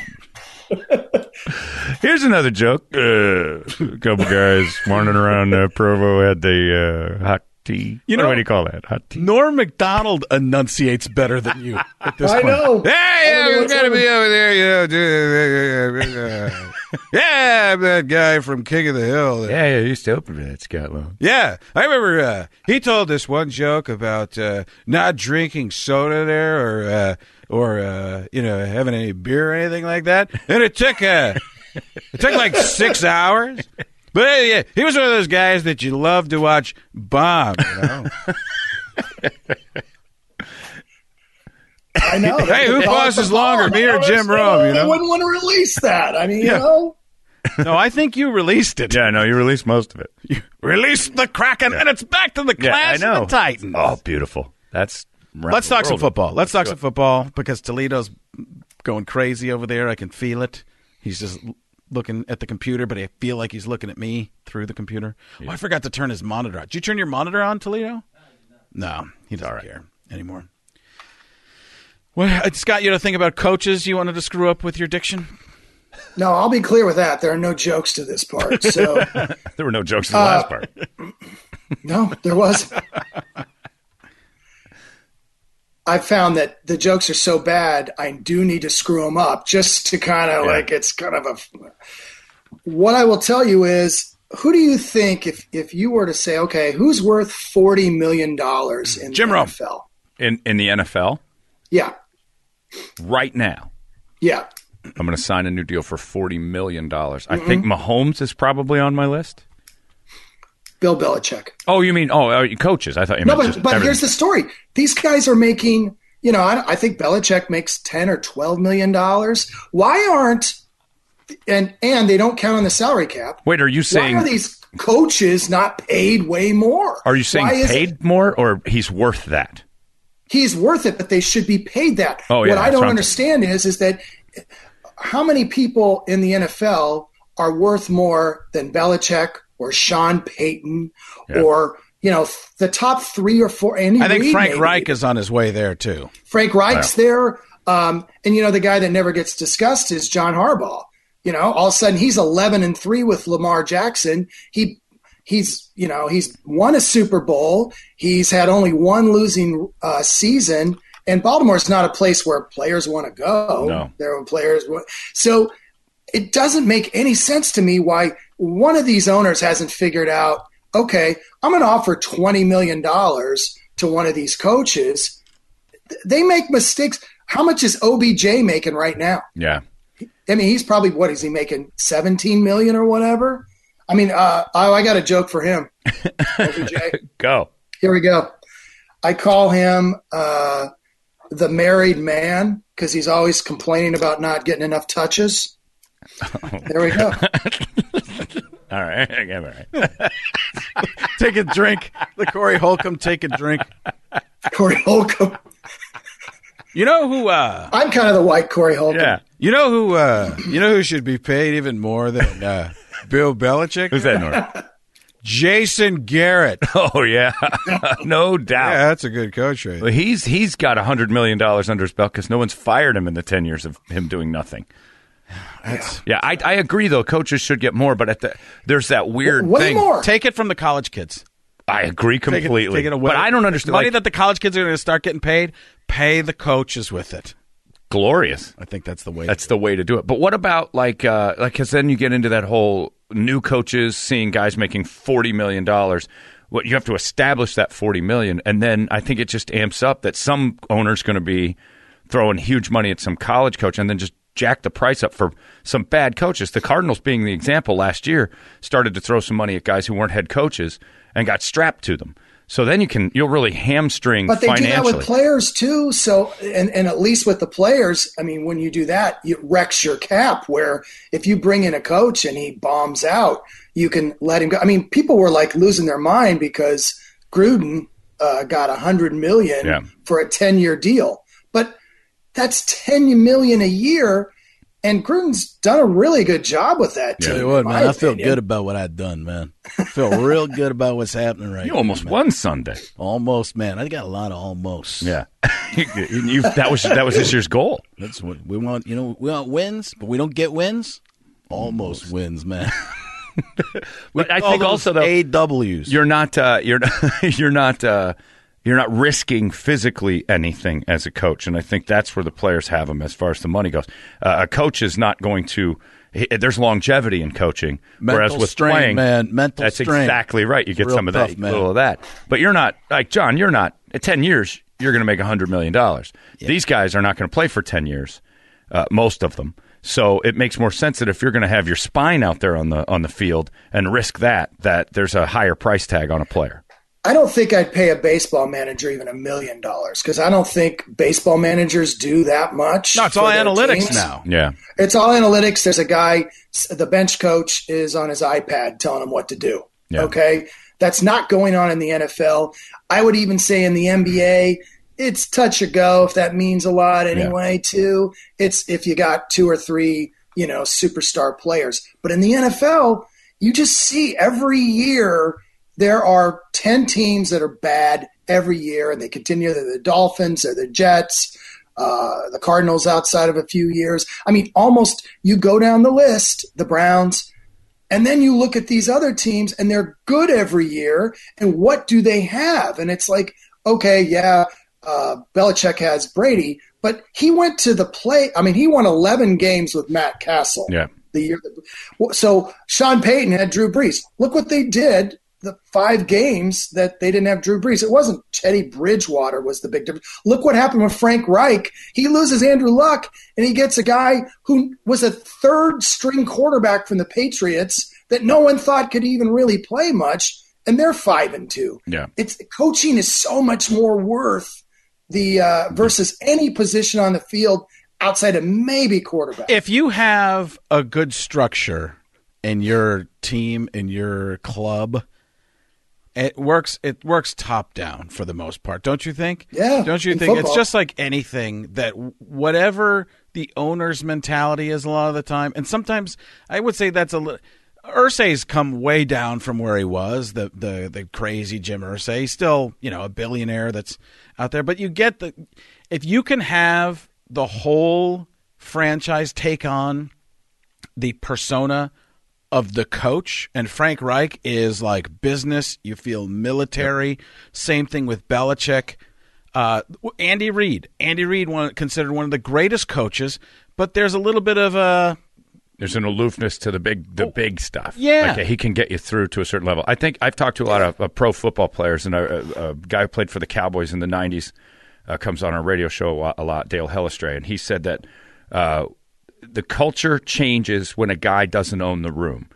Here's another joke. Uh, a couple guys wandering around uh, Provo had the uh, hot tea. You What know- do you call that? Hot tea. Norm McDonald enunciates better than you at this I point. know. Yeah, know yeah, we what's gotta on- be over there, you know. Yeah, I'm that guy from King of the Hill. yeah, yeah, you used to open for that, Scott Long. Yeah, I remember uh, he told this one joke about uh, not drinking soda there, or uh, or uh, you know having any beer or anything like that, and it took uh, it took like six hours. But uh, yeah, he was one of those guys that you love to watch bomb. You know? I know. hey, who bosses longer, me or Jim Rome? You I know, wouldn't want to release that. I mean, you know. No, I think you released it. Yeah, no, you released most of it. Release the Kraken, and it's back to the Yeah, Clash I know. of the Titans. Oh, beautiful. That's Let's talk some football. Let's talk some football because Toledo's going crazy over there. I can feel it. He's just l- looking at the computer, but I feel like he's looking at me through the computer. Oh, I forgot to turn his monitor on. Did you turn your monitor on, Toledo? No, he doesn't care anymore. Well, uh, Scott, you had a thing about coaches you wanted to screw up with your diction? No, I'll be clear with that. There are no jokes to this part. So There were no jokes in the last part. no, there was. I found that the jokes are so bad, I do need to screw them up just to kind of like it's kind of a. What I will tell you is, who do you think if if you were to say, okay, who's worth forty million dollars in Jim the Rome. NFL? In in the NFL Yeah, right now. yeah. I'm going to sign a new deal for forty million dollars. I think Mahomes is probably on my list. Bill Belichick. Oh, you mean oh, uh, coaches? I thought you No, meant but, just but everything. here's the story. These guys are making, you know, I, I think Belichick makes ten or twelve million dollars. Why aren't and and they don't count on the salary cap? Wait, are you saying Why are these coaches not paid way more? are you saying Why is it- paid more or he's worth that? he's worth it, but they should be paid that. Oh, yeah, what I that's don't what I'm- understand is is that how many people in the NFL are worth more than Belichick or Sean Payton or you know the top three or four? Andy I think Reid, Frank maybe. Reich is on his way there, too. Frank Reich's there. Um, and you know, the guy that never gets discussed is John Harbaugh. You know, all of a sudden he's eleven and three with Lamar Jackson. He he's you know he's won a Super Bowl. He's had only one losing uh, season, and Baltimore's not a place where players want to go. No. There are players, wa- so it doesn't make any sense to me why one of these owners hasn't figured out okay i'm going to offer $20 million to one of these coaches Th- they make mistakes how much is obj making right now Yeah, i mean he's probably what is he making 17 million or whatever i mean uh, oh, i got a joke for him obj go. here we go i call him uh, the married man because he's always complaining about not getting enough touches there we go All right, Yeah, all right. Take a drink. The Corey Holcomb, take a drink. Corey Holcomb. You know who uh, I'm kind of the white Corey Holcomb. Yeah, you know who uh, you know who should be paid even more than uh, Bill Belichick? who's that? Norm? Jason Garrett. oh yeah, no doubt. Yeah, that's a good coach right Well, he's he's got a hundred million dollars under his belt because no one's fired him in the ten years of him doing nothing. yeah, I, I agree though. Coaches should get more, but at the, there's that weird Way thing. more. take it from the college kids. I agree Take it- completely. take it away. But I don't understand. Money like, that the college kids are going to start getting paid, pay the coaches with it. glorious. I think that's the way. That's the way to do it. But what about like uh, like because then you get into that whole new coaches seeing guys making forty million dollars. what you have to establish that 40 million and then I think it just amps up that some owner's going to be throwing huge money at some college coach and then just jack the price up for some bad coaches. The Cardinals being the example last year started to throw some money at guys who weren't head coaches and got strapped to them. So then you can you'll really hamstring But they do that financially. with players too. So, and, and at least with the players, I mean, when you do that, it wrecks your cap. Where if you bring in a coach and he bombs out, you can let him go. I mean, people were like losing their mind because Gruden uh, got a hundred million Yeah. for a ten-year deal, but that's ten million a year, and Gruden's done a really good job with that. Yeah. team, Tell you what, in man, my I feel opinion. good about what I've done, man. I feel real good about what's happening right you almost now. won Sunday. Almost, man. I got a lot of almost. Yeah, you, that was that was this year's goal. That's what we want. You know, we want wins, but we don't get wins. Almost, wins, man. But I All think those also though AWs. you're not uh, you're not, you're not uh, you're not risking physically anything as a coach, and I think that's where the players have them as far as the money goes. Uh, a coach is not going to. he- There's longevity in coaching, Mental whereas with strain, playing, man. Mental That's strain. exactly right. You get Real some of tough, that, man. little of that. But you're not like John. You're not at ten years. You're going to make hundred million dollars. These guys are not going to play for ten years, uh, most of them. So it makes more sense that if you're going to have your spine out there on the on the field and risk that, that there's a higher price tag on a player. I don't think I'd pay a baseball manager even a million dollars because I don't think baseball managers do that much. No, it's for all their analytics teams. now. Yeah, It's all analytics. There's a guy, s- the bench coach is on his iPad telling him what to do. Yeah. Okay. That's not going on in the NFL. I would even say in the NBA, it's touch or go if that means a lot anyway, too. It's if you got two or three, you know, superstar players. But in the NFL, you just see every year there are 10 teams that are bad every year and they continue. They're the Dolphins, they're the Jets, uh, the Cardinals outside of a few years. I mean, almost you go down the list, the Browns, and then you look at these other teams and they're good every year. And what do they have? And it's like, okay, yeah, uh, Belichick has Brady, but he went to the play. I mean, he won 11 games with Matt Castle yeah. the year. That, so Sean Payton had Drew Brees. Look what they did. The five games that they didn't have Drew Brees. It wasn't Teddy Bridgewater was the big difference. Look what happened with Frank Reich. He loses Andrew Luck and he gets a guy who was a third string quarterback from the Patriots that no one thought could even really play much. And they're five and two. Yeah. It's coaching is so much more worth the uh, versus any position on the field outside of maybe quarterback. if you have a good structure in your team in your club it works it works top down for the most part don't you think Yeah, don't you in think it's football. just like anything that whatever the owner's mentality is a lot of the time and sometimes i would say that's a little Ursay's come way down from where he was, the the the crazy Jim Ursay. He's still, you know, a billionaire that's out there. But you get the if you can have the whole franchise take on the persona of the coach and Frank Reich is like business. You feel military. Same thing with Belichick. Uh, Andy Reid. Andy Reid, one, considered one of the greatest coaches, but there's a little bit of a There's an aloofness to the big the big stuff. yeah. like, he can get you through to a certain level. I think I've talked to a lot of uh, pro football players, and a, a, a guy who played for the Cowboys in the '90s uh, comes on our radio show a lot, a lot, Dale Hellestray, and he said that uh, the culture changes when a guy doesn't own the room.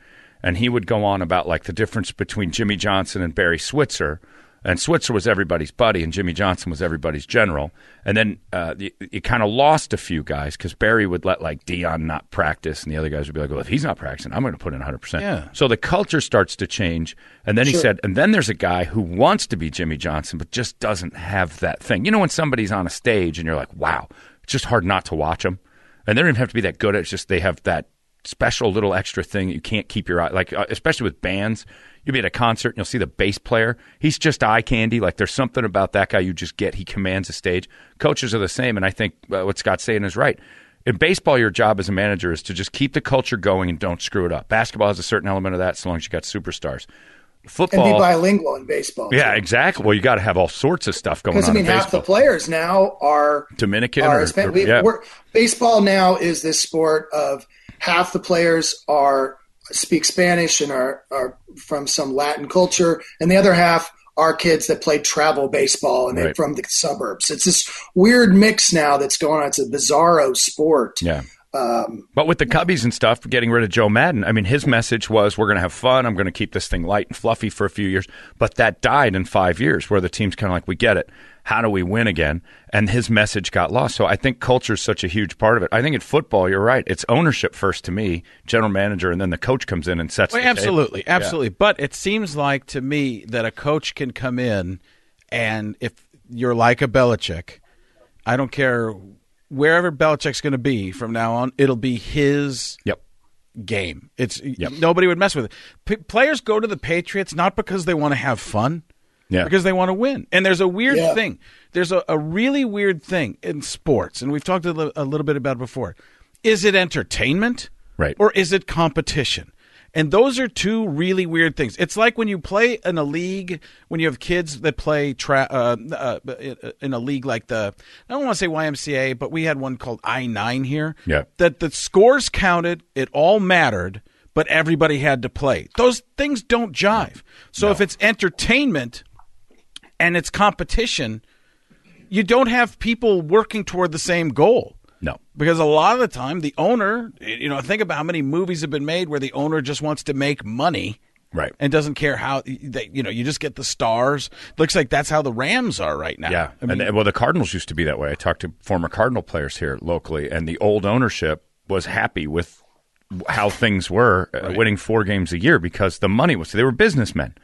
And he would go on about like the difference between Jimmy Johnson and Barry Switzer. And Switzer was everybody's buddy, and Jimmy Johnson was everybody's general. And then uh, you, you kind of lost a few guys because Barry would let like Dion not practice, and the other guys would be like, "Well, if he's not practicing, I'm going to put in 100." percent Yeah. So the culture starts to change. And then he said, and then there's a guy who wants to be Jimmy Johnson, but just doesn't have that thing. You know, when somebody's on a stage and you're like, "Wow," it's just hard not to watch them and they don't even have to be that good. It's just they have that special little extra thing that you can't keep your eye like uh, especially with bands you'll be at a concert and you'll see the bass player he's just eye candy like there's something about that guy you just get he commands a stage coaches are the same and i think uh, what scott's saying is right in baseball your job as a manager is to just keep the culture going and don't screw it up basketball has a certain element of that so long as you got superstars and football be bilingual in baseball. yeah too. exactly well you got to have all sorts of stuff going on Because I mean, in half baseball the players now are dominican are or, Hispan- or- we- yeah. we're- baseball now is this sport of half the players are speak Spanish and are, are from some Latin culture, and the other half are kids that play travel baseball and they're Right. from the suburbs. It's this weird mix now that's going on. It's a bizarro sport. Yeah. but with the Cubbies and stuff, getting rid of Joe Madden, I mean, his message was, "We're going to have fun. I'm going to keep this thing light and fluffy for a few years." But that died in five years, where the team's kind of like, "We get it. How do we win again?" And his message got lost. So I think culture is such a huge part of it. I think in football, you're right. It's ownership first to me, general manager, and then the coach comes in and sets. Well, the table. absolutely, Yeah. absolutely. But it seems like to me that a coach can come in, and if you're like a Belichick, I don't care wherever Belichick's going to be from now on, it'll be his Yep. game. It's nobody would mess with it. P- players go to the Patriots not because they want to have fun, Yeah. because they want to win. And there's a weird Yeah. thing. There's a, a really weird thing in sports, and we've talked a, li- a little bit about it before. Is it entertainment, Right. or is it competition? And those are two really weird things. It's like when you play in a league, when you have kids that play tra- uh, uh, in a league like the, I don't want to say YMCA, but we had one called I 9 here Yeah. that the scores counted, it all mattered, but everybody had to play. Those things don't jive. So if it's entertainment and it's competition, you don't have people working toward the same goal. No. Because a lot of the time, the owner, you know, think about how many movies have been made where the owner just wants to make money. Right. And doesn't care how, they, you know, you just get the stars. Looks like that's how the Rams are right now. Yeah, I mean, and, well, the Cardinals used to be that way. I talked to former Cardinal players here locally, and the old ownership was happy with how things were, uh, winning four games a year because the money was. They were businessmen.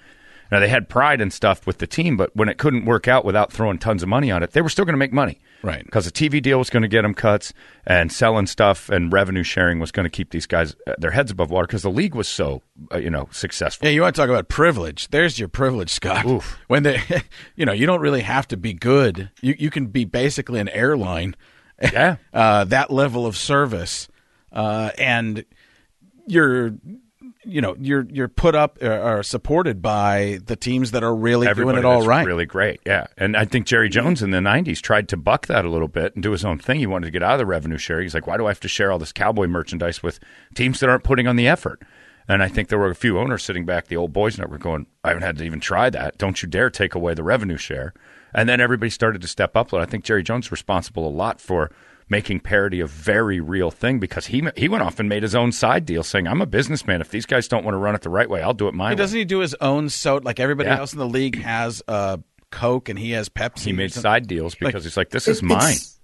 Now they had pride and stuff with the team, but when it couldn't work out without throwing tons of money on it, they were still going to make money, Right. Because a TV deal was going to get them cuts, and selling stuff and revenue sharing was going to keep these guys uh, their heads above water because the league was so uh, you know successful. Yeah, you want to talk about privilege? There's your privilege, Scott. Oof. When they, you know, you don't really have to be good. You you can be basically an airline. Yeah. uh, that level of service, uh, and you're, you know, you're you're put up or, or supported by the teams that are really Everybody doing it all that's right. Really great. Yeah. And I think Jerry Jones in the 90s tried to buck that a little bit and do his own thing. He wanted to get out of the revenue share. He's like, why do I have to share all this cowboy merchandise with teams that aren't putting on the effort? And I think there were a few owners sitting back, the old boys network, going, I haven't had to even try that. Don't you dare take away the revenue share. And then everybody started to step up. And I think Jerry Jones is responsible a lot for making parody a very real thing because he he went off and made his own side deal saying, I'm a businessman. If these guys don't want to run it the right way, I'll do it my Hey, way. doesn't he do his own soda? Like everybody Yeah. else in the league has uh, Coke and he has Pepsi. He made side deals because he's like, this It- is mine. it's-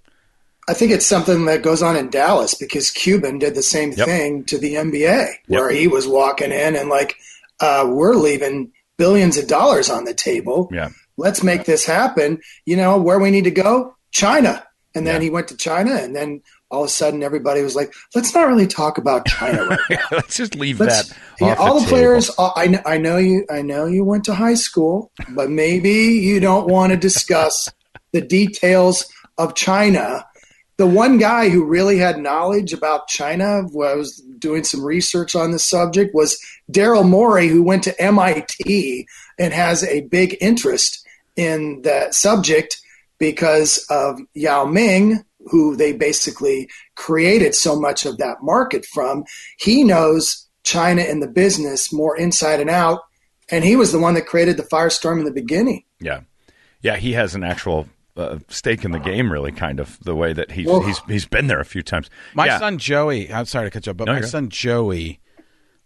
I think it's something that goes on in Dallas because Cuban did the same Yep. thing to the NBA, where he was walking in and like, uh, we're leaving billions of dollars on the table. Yeah. Let's make this happen. You know where we need to go? China. And then he went to China, and then all of a sudden everybody was like, let's not really talk about China right now. Let's just leave Let's- that. yeah, off all the, table. players. all- I know, I know you. I know you went to high school, but maybe you don't want to discuss the details of China. The one guy who really had knowledge about China, where I was doing some research on this subject, was Daryl Morey, who went to MIT and has a big interest in that subject because of Yao Ming, who they basically created so much of that market from. He knows China and the business more inside and out, and he was the one that created the firestorm in the beginning. Yeah, yeah. He has an actual uh, stake in the game, really, kind of the way that he's he's he's been there a few times. My Yeah. son Joey, I'm sorry to cut you off, but No, my you're good. son Joey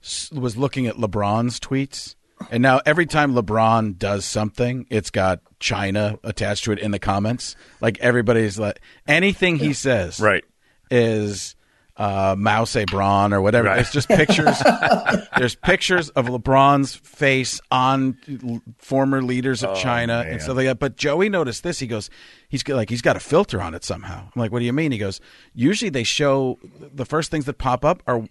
s- was looking at LeBron's tweets. And now every time LeBron does something, it's got China attached to it in the comments. Like everybody's like, anything he says Right. is uh, Mao Sebron or whatever. Right. It's just pictures. there's pictures of LeBron's face on l- former leaders of Oh, China and stuff like that. But Joey noticed this. He goes, he's got- like, he's got a filter on it somehow. I'm like, what do you mean? He goes, usually they show the first things that pop up are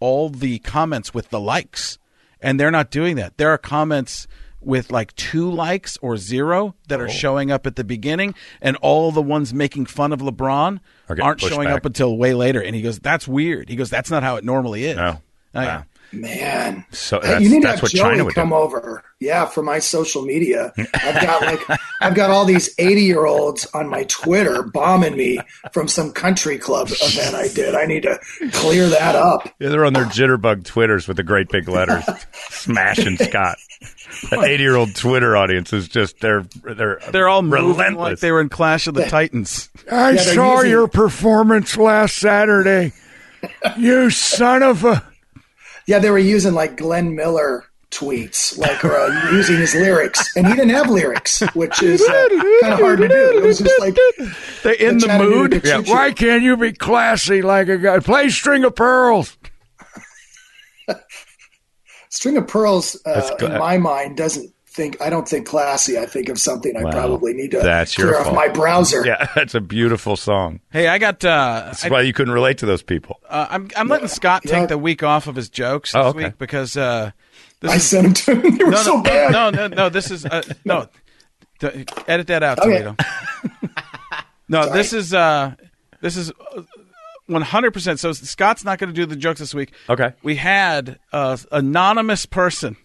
all the comments with the likes, and they're not doing that. There are comments. With like two likes or zero that Oh. are showing up at the beginning, and all the ones making fun of LeBron Are are getting not pushed showing back. up until way later. And he goes, "That's weird." He goes, "That's not how it normally is." No. I- Wow. Man, So Hey, that's- you need to that's have what Joey China would come do. over. Yeah, for my social media, I've got like I've got all these eighty-year-olds on my Twitter bombing me from some country club event I did. I need to clear that up. Yeah, they're on their jitterbug Twitters with the great big letters, smashing Scott. That eighty-year-old Twitter audience is just they're they're They're all moving like relentless. they were in Clash of the Titans. I Yeah, they're saw using- your performance last Saturday. you son of a. Yeah, they were using like Glenn Miller tweets, like or, uh, using his lyrics, and he didn't have lyrics, which is uh, kind of hard to do. It was just like They're in the Chattanooga mood. Dixie Chicks. Why can't you be classy like a guy? Play String of Pearls. String of Pearls, uh, That's in gla- my mind, doesn't think. I don't think classy. I think of something I probably need to That's your clear off fault. my browser. Yeah, that's a beautiful song. Hey, I got. Uh, That's why you couldn't relate to those people. I, uh, I'm I'm letting Scott take Yeah. the week off of his jokes this Oh, okay. week because uh, this I is sent them to him. They were no, so no, bad. no no no this is uh, no. D- edit that out, Okay. Toledo. no, this is uh, this is. uh, 100%. So Scott's not going to do the jokes this week. Okay. We had uh, anonymous person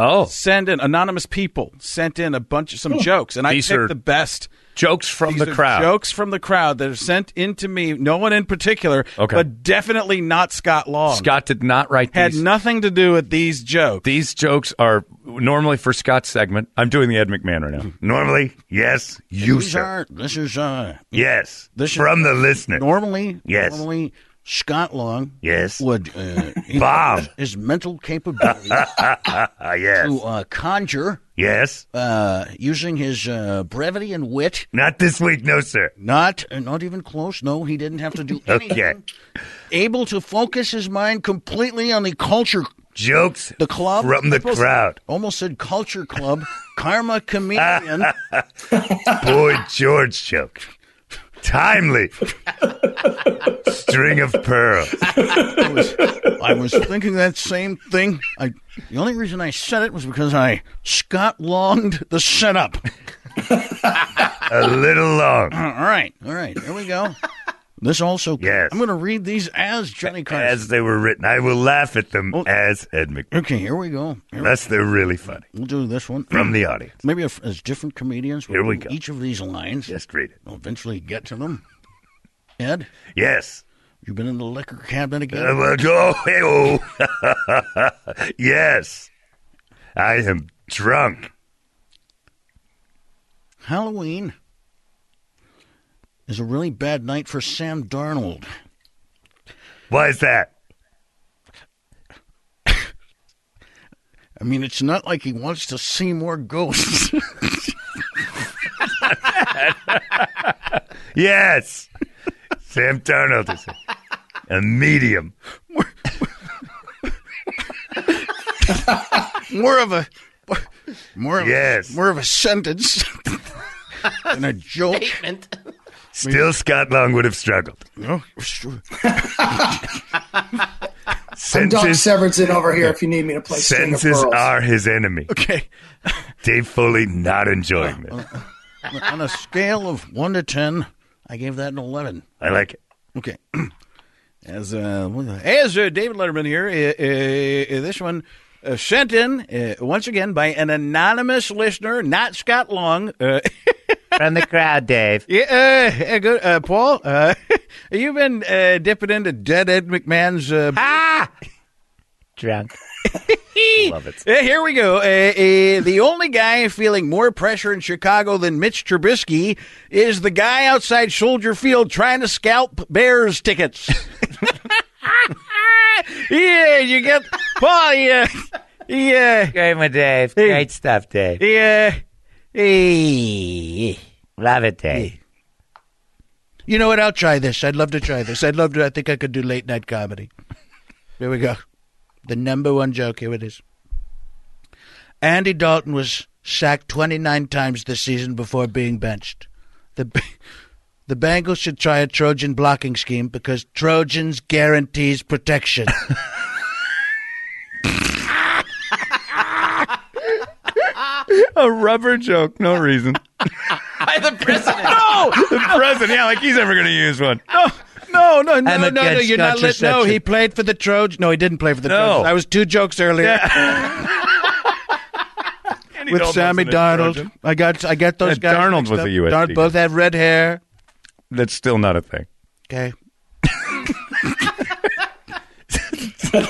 Oh, send in anonymous people sent in a bunch of some Hmm. jokes and I These picked are the best jokes from These the are crowd. Jokes from the crowd that are sent in to me. No one in particular, Okay. but definitely not Scott Long. Scott did not write had these. nothing to do with these jokes. these jokes are normally for Scott's segment. I'm doing the Ed McMahon right now. Normally, yes, you These sir. are, this is uh, Yes, This is- from the listener. normally Yes. normally Scott Long Yes. would uh, he- Bob. his mental capability Ah, yes, to uh, conjure yes. uh, using his uh, brevity and wit. Not this week, no sir. Not uh, not even close. No, he didn't have to do anything. Okay. Able to focus his mind completely on the culture, Jokes the club, from the Almost- crowd. Almost said culture club, karma comedian. Boy George joke. Timely. String of pearls. I was thinking that same thing. I the only reason I said it was because I Scott longed the setup. A little long. All right, all right, here we go. This also. Yes. I'm going to read these as Johnny Carson. As they were written. I will laugh at them as Ed McMahon. okay, here we go. Here- Unless they're really funny. We'll do this one From the audience. Maybe if, as different comedians. Here we'll we do go. Each of these lines. Just read it. We'll eventually get to them. Ed, Yes. you been in the liquor cabinet again? I will go. Hey-oh. yes. I am drunk. Halloween is a really bad night for Sam Darnold. Why is that? I mean, it's not like he wants to see more ghosts. Yes. Sam Darnold is a medium. more of a more of Yes. a, more of a sentence than a joke. Statement. Still, Scott Long would have struggled. No, it's true. I'm Doc Senses- Severinsen over here. If you need me to play String of Senses Pearls, are his enemy. Okay. Dave Foley not enjoying this. On a scale of one to ten, I gave that an eleven. I like it. Okay. As uh, as uh, David Letterman here, uh, uh, uh, this one uh, sent in uh, once again by an anonymous listener, not Scott Long. Uh, From the crowd, Dave. Yeah, uh, uh, good, uh, Paul, uh, you've been uh, dipping into Dead Ed McMahon's. Uh, Drunk. Love it. Uh, here we go. Uh, uh, the only guy feeling more pressure in Chicago than Mitch Trubisky is the guy outside Soldier Field trying to scalp Bears tickets. yeah, you get Paul. Yeah, yeah, Great one, Dave. Great stuff, Dave. yeah. Love it, Dave. you know what? I'll try this. I'd love to try this. I'd love to. I think I could do late night comedy. Here we go. The number one joke. Here it is. Andy Dalton was sacked 29 times this season before being benched. The B- the Bengals should try a Trojan blocking scheme because Trojans guarantees protection. A rubber joke, no reason. By the president. the president, yeah, like he's ever going to use one. No, no, no, I'm no, no. against You're not. Li- no, contraception. he played for the Trojans. No, he didn't play for the No. Trojans. I was two jokes earlier with Darnold's Sammy an Darnold. insurgent. I got, I get those Yeah, guys. Darnold mixed was up. a USC Darnold both have red hair. That's still not a thing. Okay.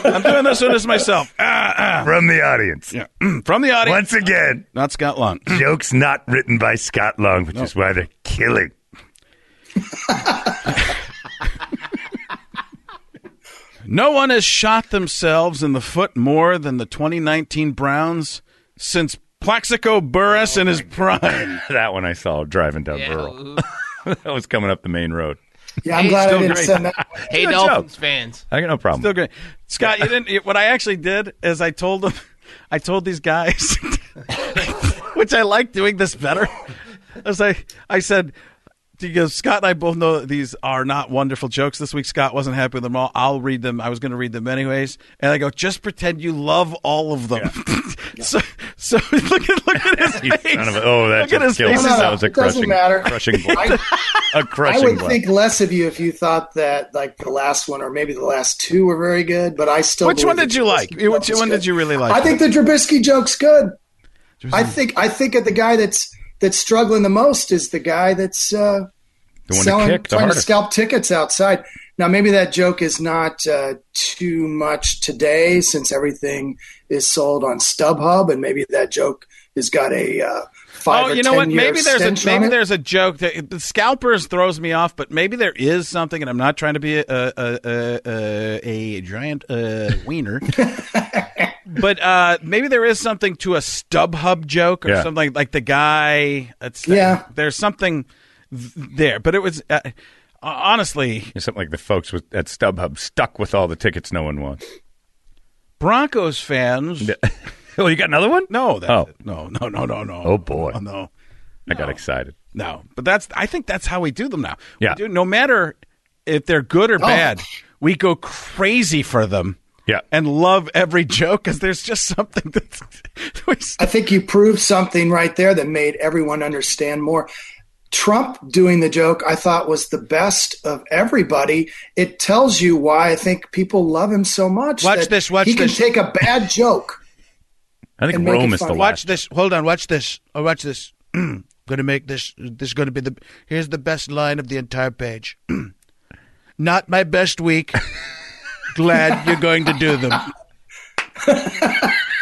I'm doing this one as myself. From the audience. Yeah. From the audience, Once again, not Scott Lund. jokes not written by Scott Long, which is why they're killing. No one has shot themselves in the foot more than the 2019 Browns since Plaxico Burress in Oh, his prime. That one I saw driving down Burl. that was coming up the main road. Yeah, I'm glad I still didn't great. send that. Hey, No Dolphins fans. I got no problem. Still great, Scott. You didn't. you- What I actually did is I told them, I told these guys, which I like doing this better. I was like, I said. Because Scott and I both know that these are not wonderful jokes this week. Scott wasn't happy with them all. I'll read them. I was going to read them anyways. And I go, just pretend you love all of them. so, so look at look at his You face. son of a- oh, that look at his just killed. me. face. No, no, That was a it doesn't crushing, matter. crushing blow. a I crushing would blow. think less of you if you thought that like the last one or maybe the last two were very good, but I still. Which believe one the did you Trubisky like? joke Which is one good. did you really like? I think the Trubisky joke's good. I think I think of the guy that's that's struggling the most is the guy that's uh, The one selling to kick, the trying to hardest. scalp tickets outside. Now maybe that joke is not uh, too much today since everything is sold on StubHub, and maybe that joke has got a uh, five Oh, or you know 10 what? year Maybe there's stench a on maybe it. there's a joke that the scalpers throws me off, but maybe there is something, and I'm not trying to be a a a, a, a giant uh, wiener, but uh, maybe there is something to a StubHub joke or Yeah. something like, like the guy. It's, Yeah. there's something th- there, but it was uh, honestly Something like the folks with, at StubHub stuck with all the tickets no one wants. Broncos fans. Oh, you got another one? No, that's Oh. it. no, no, no, no, no. Oh, boy. Oh, no. I got excited. No, but that's I think that's how we do them now. Yeah. We do, no matter if they're good Oh. or bad, we go crazy for them. Yeah. And love every joke because there's just something that's. we s- I think you proved something right there that made everyone understand more. Trump doing the joke, I thought, was the best of everybody. It tells you why I think people love him so much. Watch that this, watch he this. can take a bad joke. I think And make Rome it is the fun. Watch last. this. Hold on. Watch this. Oh, watch this. gonna make this. This is gonna be the. Here's the best line of the entire page. Not my best week. Glad you're going to do them.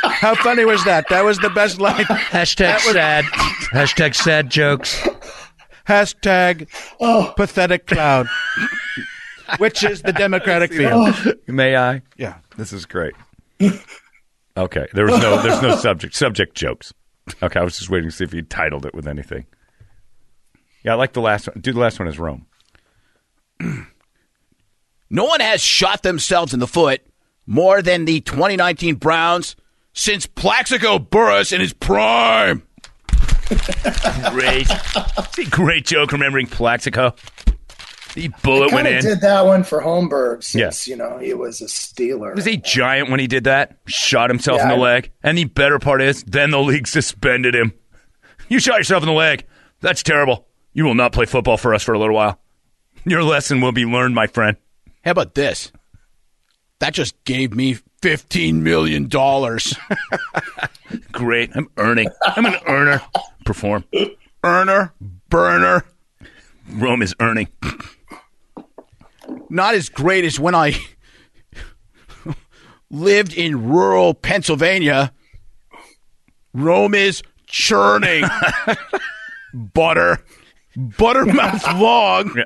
How funny was that? That was the best line. Hashtag sad. Hashtag sad jokes. Hashtag Oh. pathetic clown. Which is the Democratic field. Oh. May I? Yeah. This is great. okay, there was no there's no subject subject jokes. Okay, I was just waiting to see if you titled it with anything. Yeah, I like the last one. Do the last one is Rome. No one has shot themselves in the foot more than the 2019 Browns since Plaxico Burress in his prime. Great, great joke. Remembering Plaxico, the bullet went Kind in. of did that one for Holmberg since Yes. you know he was a Steeler. Was he giant when he did that? Shot himself in Yeah, the I- leg. And the better part is, then the league suspended him. You shot yourself in the leg. That's terrible. You will not play football for us for a little while. Your lesson will be learned, my friend. How about this? That just gave me $15 million. Great. I'm earning. I'm an earner. Perform. Earner, burner. Rome is earning. Not as great as when I lived in rural Pennsylvania. Rome is churning. Butter. Buttermouth long.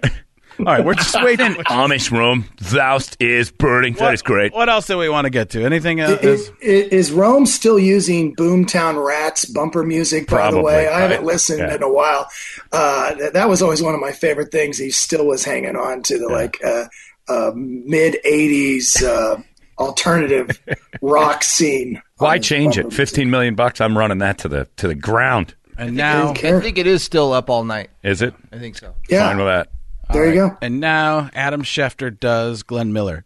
All right, we're just waiting. Amish Rome, thou'st is burning. That is great. What else do we want to get to? Anything else? Is, is, is Rome still using Boomtown Rats bumper music? By Probably, the way, I right. haven't listened Yeah. in a while. Uh, th- that was always one of my favorite things. He still was hanging on to the like uh, uh, mid '80s uh, alternative rock scene. Why Um, change it? bumper Fifteen million bucks. I'm running that to the to the ground. and music. now, Didn't I care. think it is still up all night. Is it? I think so. Yeah, Fine with that. there you go. and now, Adam Schefter does Glenn Miller.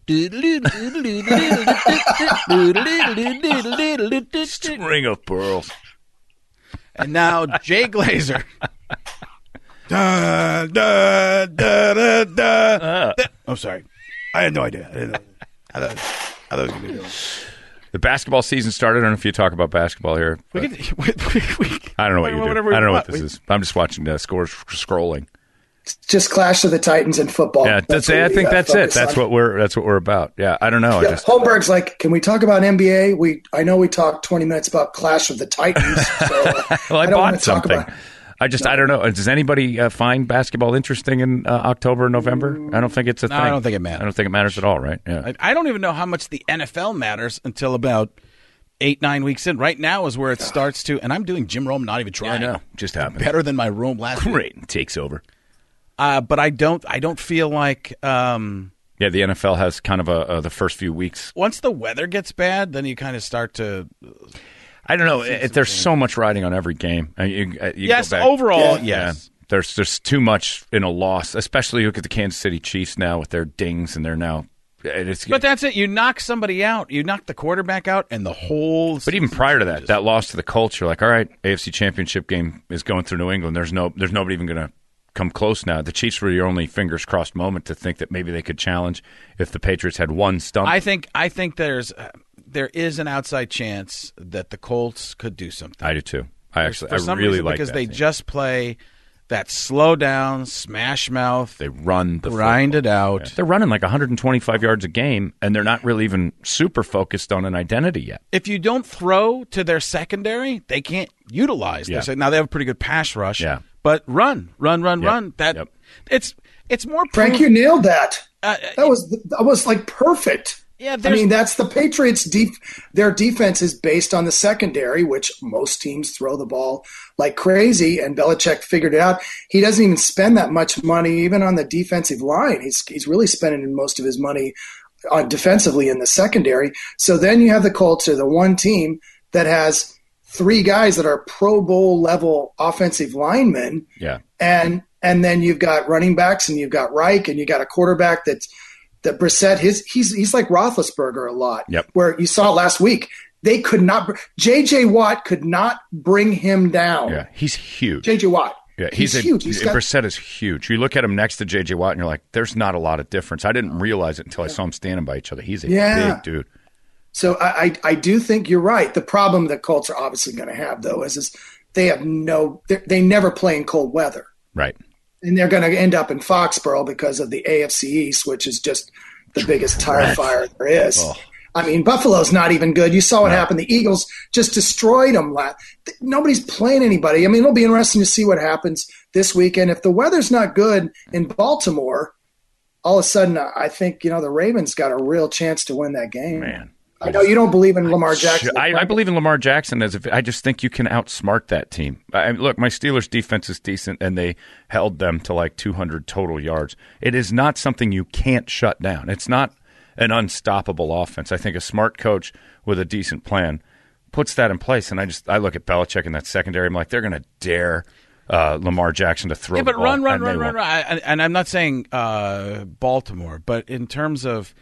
Ring of pearls. And now, Jay Glazer. Da, da, da, da, da. Uh, Oh, I'm sorry. I had no idea. I didn't know. I thought, I thought it was going to be good. The basketball season started. I don't know if you talk about basketball here. but We could, we, we, we, I don't know what you do. whatever we I don't know want. what this We- is. I'm just watching uh, scores scrolling. Just Clash of the Titans and football. Yeah, that's, what I we, think uh, that's it. focus That's on. what we're that's what we're about. Yeah, I don't know. I Yeah, just Holmberg's like, can we talk about NBA? We I know we talked 20 minutes about Clash of the Titans. So uh, well, I, don't bought wanna talk something. about- I just I don't know. Does anybody uh, find basketball interesting in uh, October, November? I don't think it's a No, I thing. don't think it matters. I don't think it matters at all. Right? Yeah. I, I don't even know how much the NFL matters until about eight, nine weeks in. Right now is where it starts to, and I'm doing gym room, not even trying. Just happened. Better than my room last week. Great. Takes over. Uh, but I don't. I don't feel like um, Yeah, the NFL has kind of a uh, the first few weeks once the weather gets bad, then you kind of start to. I don't know. It, there's so much riding on every game. I mean, you- uh, you Yes, go back- overall, Yeah. yes. There's there's too much in a loss, especially look at the Kansas City Chiefs now with their dings and they're now. It is, But but, that's it. You knock somebody out. You knock the quarterback out, and the whole. even prior to that, that loss to the Colts, you're like, all right, AFC Championship game is going through New England. There's no there's nobody even going to come close now. The Chiefs were your only fingers crossed moment to think that maybe they could challenge if the Patriots had one stump. I think. I think there's. Uh, there is an outside chance that the Colts could do something. I do too. I actually for I some really reason, like because that they team. just play that slow down, smash mouth, they run the grind football. it out. They're running like 125 yards a game, and they're not really even super focused on an identity yet. If you don't throw to their secondary, they can't utilize. Yeah. Their sec- now they have a pretty good pass rush. Yeah. but run, run, run, Yep. run. That Yep. it's it's more Frank, proof- you nailed that. Uh, that was that was like perfect. Yeah, I there's- mean that's the Patriots' deep. Their defense is based on the secondary, which most teams throw the ball like crazy. And Belichick figured it out. He doesn't even spend that much money even on the defensive line. He's he's really spending most of his money on defensively in the secondary. So then you have the Colts are the one team that has three guys that are Pro Bowl level offensive linemen Yeah. and and then you've got running backs, and you've got Reich, and you got a quarterback that's that Brissett. His he's he's like Roethlisberger a lot. Yep. Where you saw it last week, they could not. br- J.J. Watt could not bring him down. Yeah. He's huge. J.J. Watt. yeah, he's, a, huge. He's got, Brissett is huge. You look at him next to J.J. Watt, and you're like, "There's not a lot of difference." I didn't realize it until I saw him standing by each other. He's a Yeah. big dude. so I, I I do think you're right. The problem the Colts are obviously going to have though is is they have no they they never play in cold weather. Right. and they're going to end up in Foxborough because of the AFC East, which is just the biggest tire fire there is. Oh. I mean, Buffalo's not even good. You saw what happened. The Eagles just destroyed them. la- th- Nobody's playing anybody. I mean, it'll be interesting to see what happens this weekend. If the weather's not good in Baltimore, all of a sudden, uh, I I think you know the Ravens got a real chance to win that game. Man. I know you don't believe in Lamar Jackson. I, I believe in Lamar Jackson as if I just think you can outsmart that team. I, look, my Steelers defense is decent, and they held them to like 200 total yards. It is not something you can't shut down. It's not an unstoppable offense. I think a smart coach with a decent plan puts that in place. And I just I look at Belichick in that secondary. I'm like, they're going to dare uh, Lamar Jackson to throw. Yeah, the but ball, run, run, and they run, run, won't. run. I, and- and I'm not saying uh, Baltimore, but in terms of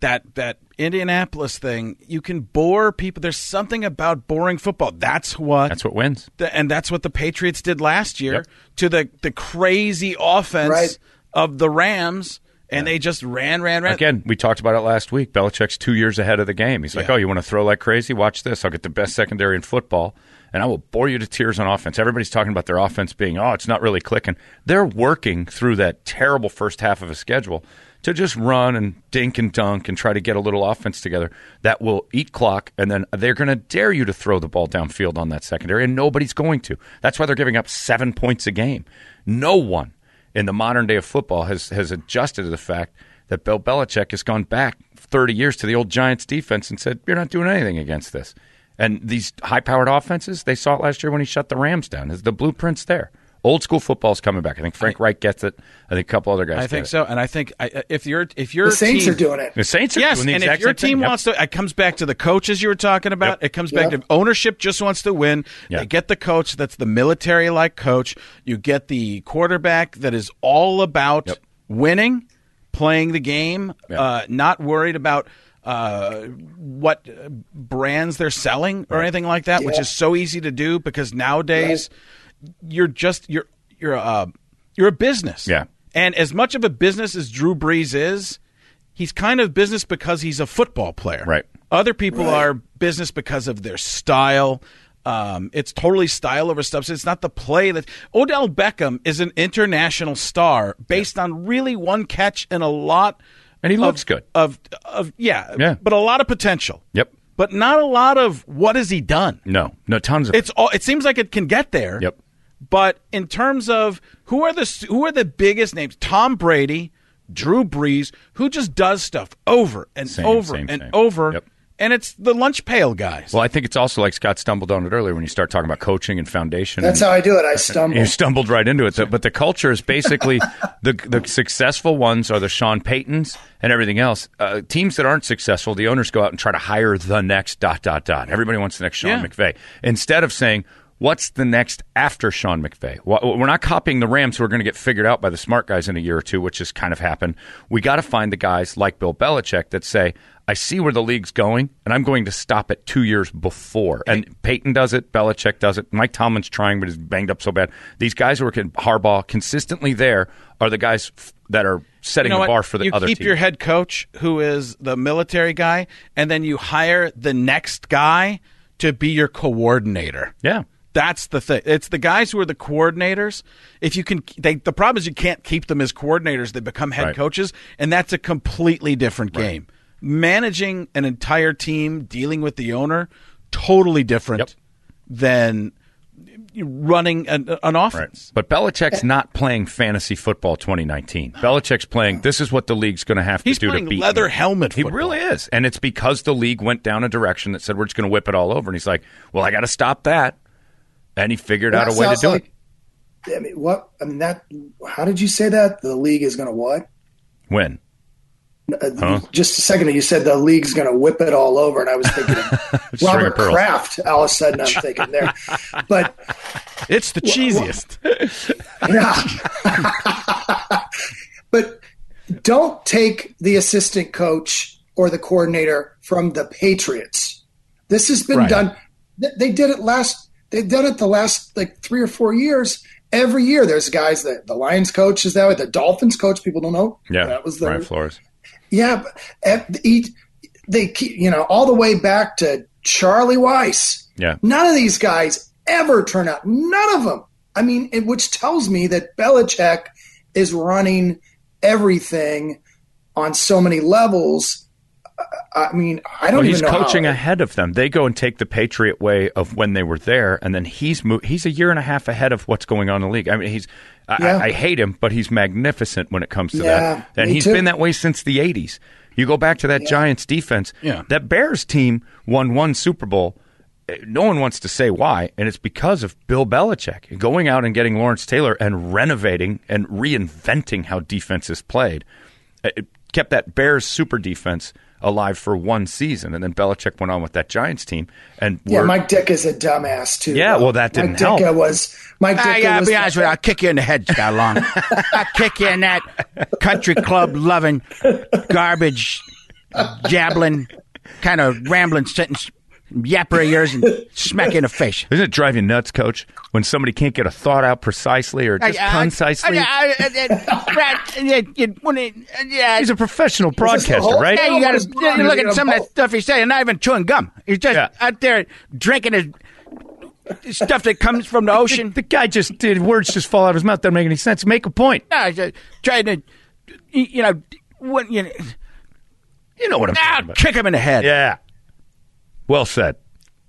that that Indianapolis thing, you can bore people. There's something about boring football. That's what. That's what wins. the, and that's what the Patriots did last year Yep. to the the crazy offense Right. of the Rams, and they just ran, ran, ran. Again, we talked about it last week. Belichick's two years ahead of the game. He's like, Yeah. "Oh, you want to throw like crazy? Watch this. I'll get the best secondary in football, and I will bore you to tears on offense." Everybody's talking about their offense being, "Oh, it's not really clicking." They're working through that terrible first half of a schedule to just run and dink and dunk and try to get a little offense together that will eat clock, and then they're going to dare you to throw the ball downfield on that secondary, and nobody's going to. That's why they're giving up seven points a game. No one in the modern day of football has has adjusted to the fact that Bill Belichick has gone back 30 years to the old Giants defense and said, "You're not doing anything against this." And these high-powered offenses, they saw it last year when he shut the Rams down. The blueprint's there. Old school football's coming back. I think Frank Reich gets it. I think a couple other guys. I get think it. so, and I think I, if your if your the Saints team, are doing it. The Saints are Yes, doing the and exact if your same team thing. Yep. wants to, it comes back to the coaches you were talking about. Yep. It comes back Yep. to ownership just wants to win. Yep. They get the coach that's the military like coach. You get the quarterback that is all about Yep. winning, playing the game, Yep. uh, not worried about uh, what uh, brands they're selling or anything like that, which is so easy to do because nowadays uh, you're just you're you're a you're a business. Yeah. And as much of a business as Drew Brees is, he's kind of business because he's a football player. Right. Other people are business because of their style. Um, it's totally style over substance. It's not the play that Odell Beckham is an international star based on really one catch and a lot. And he of- looks good. Of of yeah, Yeah. but a lot of potential. Yep. But not a lot of what has he done? No, no, tons of It's all. It seems like it can get there. Yep. But in terms of who are the who are the biggest names? Tom Brady, Drew Brees, who just does stuff over and Same, over same, and same. over, Yep. and it's the lunch pail guys. Well, I think it's also like Scott stumbled on it earlier when you start talking about coaching and foundation. That's and- how I do it. I stumble. You stumbled right into it, but the culture is basically the the successful ones are the Sean Paytons and everything else. Uh, teams that aren't successful, the owners go out and try to hire the next dot dot dot. Everybody wants the next Sean Yeah. McVay instead of saying. What's the next after Sean McVay? Wh- We're not copying the Rams, who are going to get figured out by the smart guys in a year or two, which has kind of happened. We got to find the guys like Bill Belichick that say, I see where the league's going, and I'm going to stop it two years before. And Peyton does it, Belichick does it, Mike Tomlin's trying, but he's banged up so bad. These guys who are con- Harbaugh consistently there are the guys f- that are setting You know the what? bar for the you other keep team. your head coach who is the military guy and then you hire the next guy to be your coordinator Yeah. that's the thing it's the guys who are the coordinators if you can they, the problem is you can't keep them as coordinators they become head Right. coaches and that's a completely different game managing an entire team dealing with the owner totally different Yep. than running an, an offense But Belichick's not playing fantasy football 2019. Belichick's playing. This is what the league's going to have to He's do to playing beat leather me." helmet He football. really is, and it's because the league went down a direction that said we're just going to whip it all over. And he's like, "Well, I got to stop that," and he figured out a way to do it. I mean, what? I mean, that. How did you say that? The league is going to what? When? Uh, Huh? Just a second, ago, you said the league's going to whip it all over, and I was thinking of String of Robert pearls. Kraft. All of a sudden, I'm thinking there, but it's the cheesiest yeah. but don't take the assistant coach or the coordinator from the Patriots. This has been done. th- They did it last. They've done it the last like three or four years. Every year, there's guys that the Lions coach is that way. The Dolphins coach, people don't know. Yeah, that was the Brian Flores. yeah, but at the- he, they keep you know all the way back to Charlie Weiss. Yeah. none of these guys ever turn out. None of them. I mean, it, which tells me that Belichick is running everything on so many levels. I, I mean, I don't Well, even he's know. how- coaching ahead of them. They go and take the Patriot way of when they were there, and then he's mo- he's a year and a half ahead of what's going on in the league. I mean, he's I, Yeah. I, I hate him, but he's magnificent when it comes to Yeah, that, and me he's too. been that way since the '80s. You go back to that Giants defense. Yeah. that Bears team won one Super Bowl. Eh, No one wants to say why, and it's because of Bill Belichick going out and getting Lawrence Taylor and renovating and reinventing how defense is played Uh, it kept that Bears super defense alive for one season, and then Belichick went on with that Giants team. And yeah, we're- Mike Dick is a dumbass too. Yeah, well, that Mike didn't Ditka help. was Mike Ditka I gotta was Ah, be honest with you. I'll kick you in the head, Scott Long. I'll kick you in that country club loving, garbage jabbling, kind of rambling sentence, yapper of yours, and smack you in the face. Isn't it driving you nuts, Coach, when somebody can't get a thought out precisely or just I- I- concisely? I- I- I- I- Brad, you- you wouldn't- yeah, He's a professional broadcaster, whole- right? Yeah, you got to wrong? look You're at some of that both. stuff he's saying. Not even chewing gum. He's just Yeah. out there drinking his stuff that comes from the The, ocean. the guy just did words just fall out of his mouth. Doesn't make any sense. Make a point. No, he's just trying to, you you know, what you know, You know what I'm ah, talking about? kick him in the head. Yeah. Well said.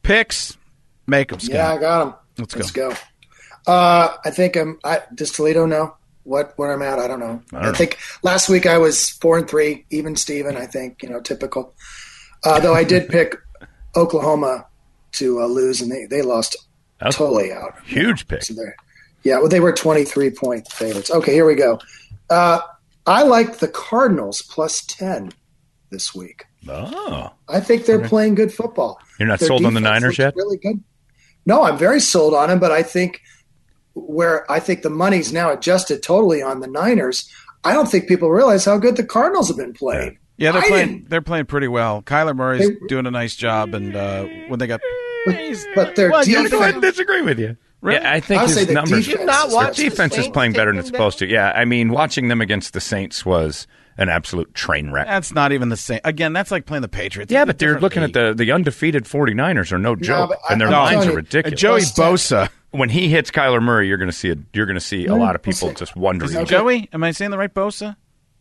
picks make them Yeah, I got him. Let's, go. Uh, I think I'm. I, does Toledo know what where I'm at? I don't know. I, think last week I was four and three, even Steven, I think you know, typical. Uh, though I did pick Oklahoma to uh, lose, and they they lost That's totally out. Huge pick. So they're- yeah, well, they were 23 point favorites. Okay, here we go. Uh, I like the Cardinals plus 10 this week. Oh. I think they're playing good football. You're not Their sold on the defense Niners looks yet? Really good. No, I'm very sold on them, but I think where I think the money's now adjusted totally on the Niners. I don't think people realize how good the Cardinals have been playing. Yeah, they're I playing. didn't. They're playing pretty well. Kyler Murray's They- doing a nice job, and uh, when they got But their Well, you I'm going to defense, disagree with you. Really? Yeah, I think I'll his say the numbers. defense Did not is watch their the defense is Saints playing take better than them it's supposed to. Yeah, I mean, watching them against the Saints was an absolute train wreck. That's not even the same. Again, that's like playing the Patriots. yeah, but they're looking at the, the undefeated 49ers are no joke, but I- and their I'm lines telling are you, ridiculous. Uh, Joey Let's take- Bosa. when he hits Kyler Murray, you're going to see a, you're going to see a lot of people Bosa. just wondering. Okay. Joey, am I saying the right Bosa?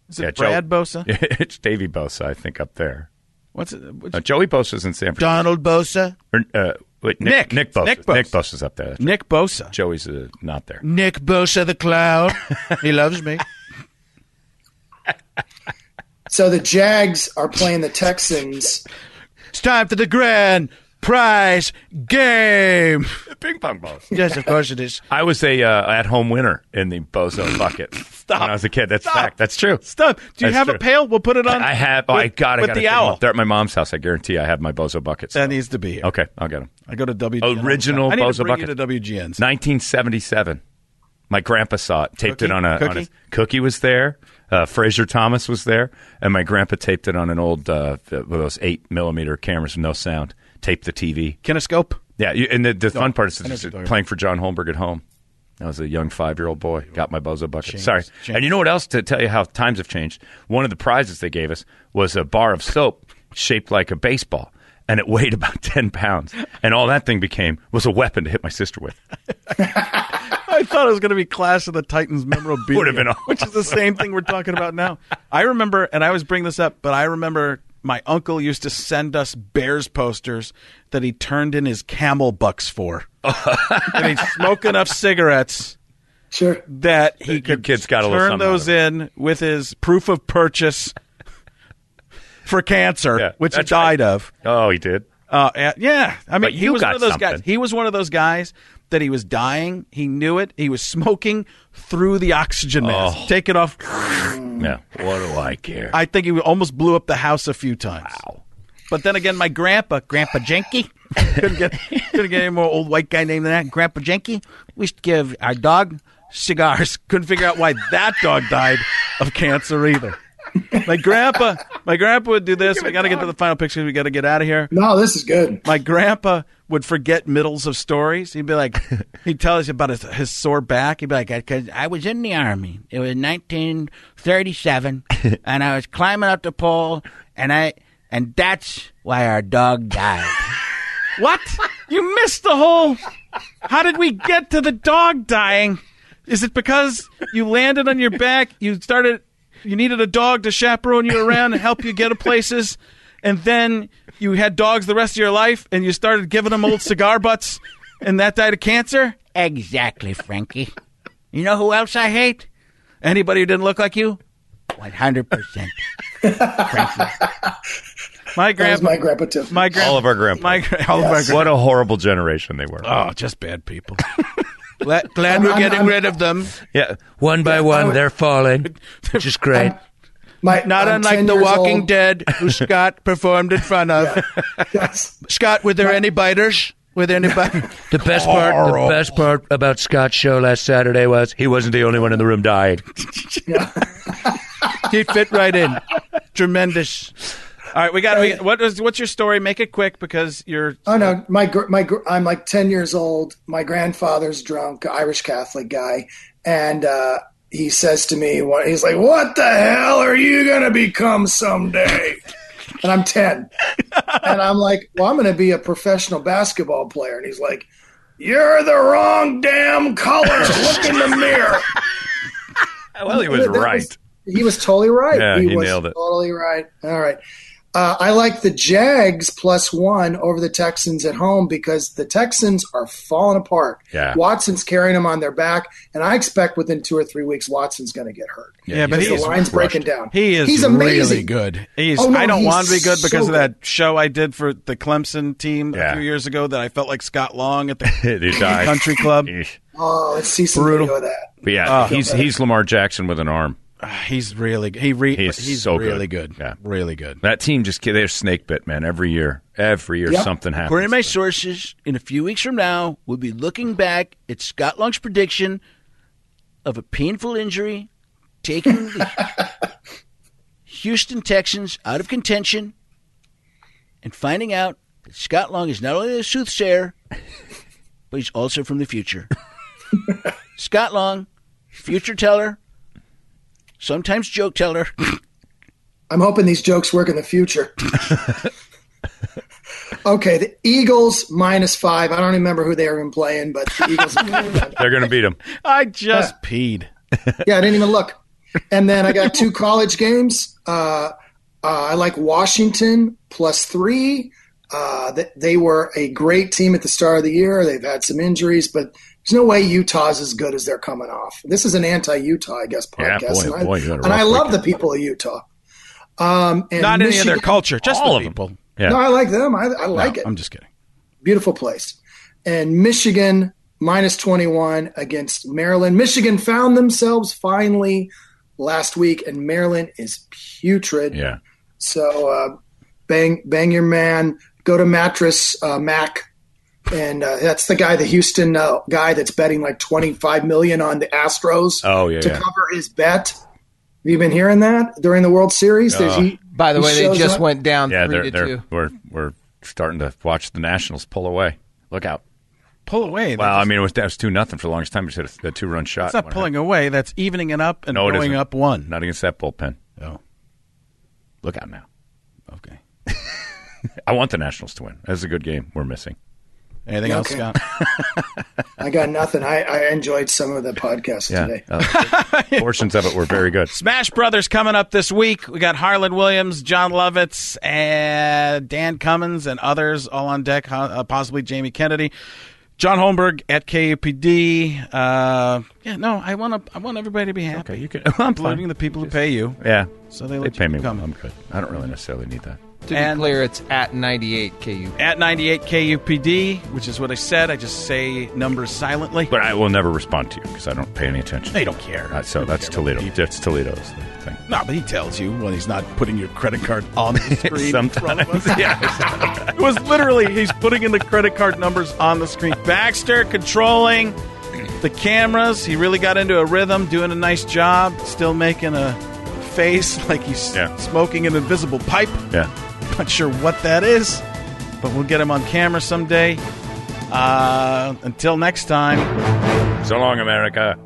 Is it Yeah, Joe- Brad Bosa? it's Davy Bosa, I think, up there. What's it? What's Uh, Joey Bosa's in San Francisco. Donald Bosa, Or, uh, wait, Nick. Nick, Nick Bosa. Nick Bosa. Bosa's up there. That's right. Nick Bosa. Joey's uh, not there. Nick Bosa the clown. he loves me. So the Jags are playing the Texans. It's time for the grand prize game. Ping pong balls. Yes, of course it is. I was a uh, at home winner in the Bozo bucket Stop. when I was a kid. That's fact. That's true. Stop. Do you That's have true. a pail? We'll put it on. I have. Oh, I with- got. I with got the owl. They're at my mom's house. I guarantee. I have my Bozo buckets. That needs to be here. Okay, I'll get them. I go to WGN. Original I need Bosa to bring bucket. you to WGN's. 1977. My grandpa saw it. Taped it Cookie? on a On Cookie? his, cookie was there. Uh, Fraser Thomas was there, and my grandpa taped it on an old uh, one of those eight millimeter cameras with no sound. Taped the TV. Kinescope. Yeah, you, and the, the fun part is I know what just you're talking playing for John Holmberg at home. I was a young five year old boy. Got my bozo bucket. Sorry. And you know what else to tell you how times have changed? One of the prizes they gave us was a bar of soap shaped like a baseball, and it weighed about 10 pounds. And all that thing became was a weapon to hit my sister with. I thought it was going to be Clash of the Titans memorabilia. Would've been which is the same thing we're talking about now. I remember, and I always bring this up, but I remember my uncle used to send us Bears posters that he turned in his camel bucks for, and he'd smoke enough cigaretes Sure. that he You could kids got a little turn something out those of it. in with his proof of purchase for cancer, Yeah, which he that's right. died of. Oh, he did? Uh, uh, yeah, I mean, But he you was got one of those guys. something. He was one of those guys that he was dying. He knew it. He was smoking through the oxygen mask. Oh. Take it off. Yeah. What do I care? I think he almost blew up the house a few times. But then again, my grandpa, Grandpa Jenky, couldn't get couldn't get any more old white guy name than that. Grandpa Jenky, we used to give our dog cigars. Couldn't figure out why that dog died of cancer either. My grandpa, my grandpa would do this. We got to get to the final picture. We got to get out of here No, this is good. my grandpa would forget middles of stories. He'd be like, he'd tell us about his, his sore back. He'd be like, Because I was in the army. It was 1937, and I was climbing up the pole, and I and that's why our dog died. What? You missed the whole. How did we get to the dog dying? Is it because you landed on your back? You started. You needed a dog to chaperone you around and help you get to places, and then you had dogs the rest of your life, and you started giving them old cigar butts, and that died of cancer. exactly, Frankie. You know who else I hate? Anybody who didn't look like you, 100. percent my That was grandpa, my grandpa too. my grandpa, all of our grandpas. my gra- all of our what a horrible generation they were. Oh, just bad people. Glad we're I'm- getting I'm- rid of them. Yeah. One by one, they're falling, which is great. My, Not I'm 10 unlike The years Walking old. Dead, who Scott performed in front of. Yes. Scott, were there any biters? Were there any biters? The best part, the best part about Scott's show last Saturday was he wasn't the only one in the room dying. he fit right in. Tremendous. All right, we got. We, what is what's your story? Make it quick because you're. Oh no, my gr- my gr- I'm like ten years old. My grandfather's drunk, Irish Catholic guy, and uh, he says to me, "What?" He's like, "What the hell are you gonna become someday?" and I'm ten, and I'm like, "Well, I'm gonna be a professional basketball player," and he's like. You're the wrong damn color. Look in the mirror. Well, he was That was- right. He was totally right. Yeah, he was nailed it. Totally right. All right. Uh, I like the Jags plus one over the Texans at home because the Texans are falling apart. Yeah. Watson's carrying them on their back, and I expect within two or three weeks Watson's going to get hurt. Yeah, but Because he the is. line's breaking down. He is He's amazing. really good. He's, Oh, no, I don't he's want to be good because so of that show I did for the Clemson team Yeah. a few years ago that I felt like Scott Long at the He died. country club. Eesh. Oh, let's see some Brutal. video of that. But yeah, Uh, he's he's Lamar Jackson with an arm. He's really he re, He is he's so good. really good. Yeah. Really good. That team just they're snake bit, man. Every year, every year something happens. According to my sources, in a few weeks from now, we'll be looking back at Scott Long's prediction of a painful injury taking the Houston Texans out of contention and finding out that Scott Long is not only a soothsayer, but he's also from the future. Scott Long, future teller, sometimes joke teller. I'm hoping these jokes work in the future. okay, the Eagles minus five. I don't remember who they were even playing, but the Eagles. are good. They're going to beat them. I just Uh, peed. yeah, I didn't even look. And then I got two college games. Uh, uh, I like Washington plus three. Uh, th- they were a great team at the start of the year. They've had some injuries, but there's no way Utah's as good as they're coming off. This is an anti-Utah, I guess, Yeah, podcast. boy, and I, boy, you had a and rough I love the people of Utah. Um, and Not any of Michigan- their culture, just All the of them. people. Yeah. No, I like them. I, I like it I'm just kidding. beautiful place. And Michigan minus 21 against Maryland. Michigan found themselves finally last week, and Maryland is putrid. yeah. So uh, bang, bang your man. Go to mattress uh, Mac, and uh, that's the guy, the Houston uh, guy that's betting like 25 million on the Astros Oh, yeah, to yeah. cover his bet. Have you been hearing that during the World Series? Uh, There's- he- By the he way, they shows just up- went down Yeah, three they're, to they're, two. we're, we're starting to watch the Nationals pull away. Look out. Pull away. Well, That's- I mean, it was, that was 2 nothing for the longest time. You just hit a, two run shot. it's not What pulling away. That's evening it up and No, it going isn't. up one. happened? Not against that bullpen. Oh, Look out now. okay. I want the Nationals to win. That's a good game we're missing. Anything else, Okay. Scott? I got nothing. I, I enjoyed some of the podcast Yeah. today. Uh, portions of it were very good. Smash Brothers coming up this week. We got Harlan Williams, John Lovitz, and Dan Cummins, and others all on deck. huh, Uh, possibly Jamie Kennedy, John Holmberg at KUPD. Uh, yeah, no, I want to. I want everybody to be happy, Okay, you can. I'm including fine. the people who pay you. Yeah. So they They let pay you me. come. well. I'm good. I don't really necessarily need that. To be And- clear, it's at 98 KU. at 98 KUPD, which is what I said. I just say numbers silently. But I will never respond to you because I don't pay any attention. They don't care. Uh, so that's Toledo. That's Toledo's thing. No, but he tells you when he's not putting your credit card on the screen. Sometimes. yeah. it was literally he's putting in the credit card numbers on the screen. Baxter controlling the cameras. He really got into a rhythm, doing a nice job, still making a face like he's Yeah. smoking an invisible pipe. Yeah. Not sure what that is, but we'll get him on camera someday. Uh, until next time. So long, America.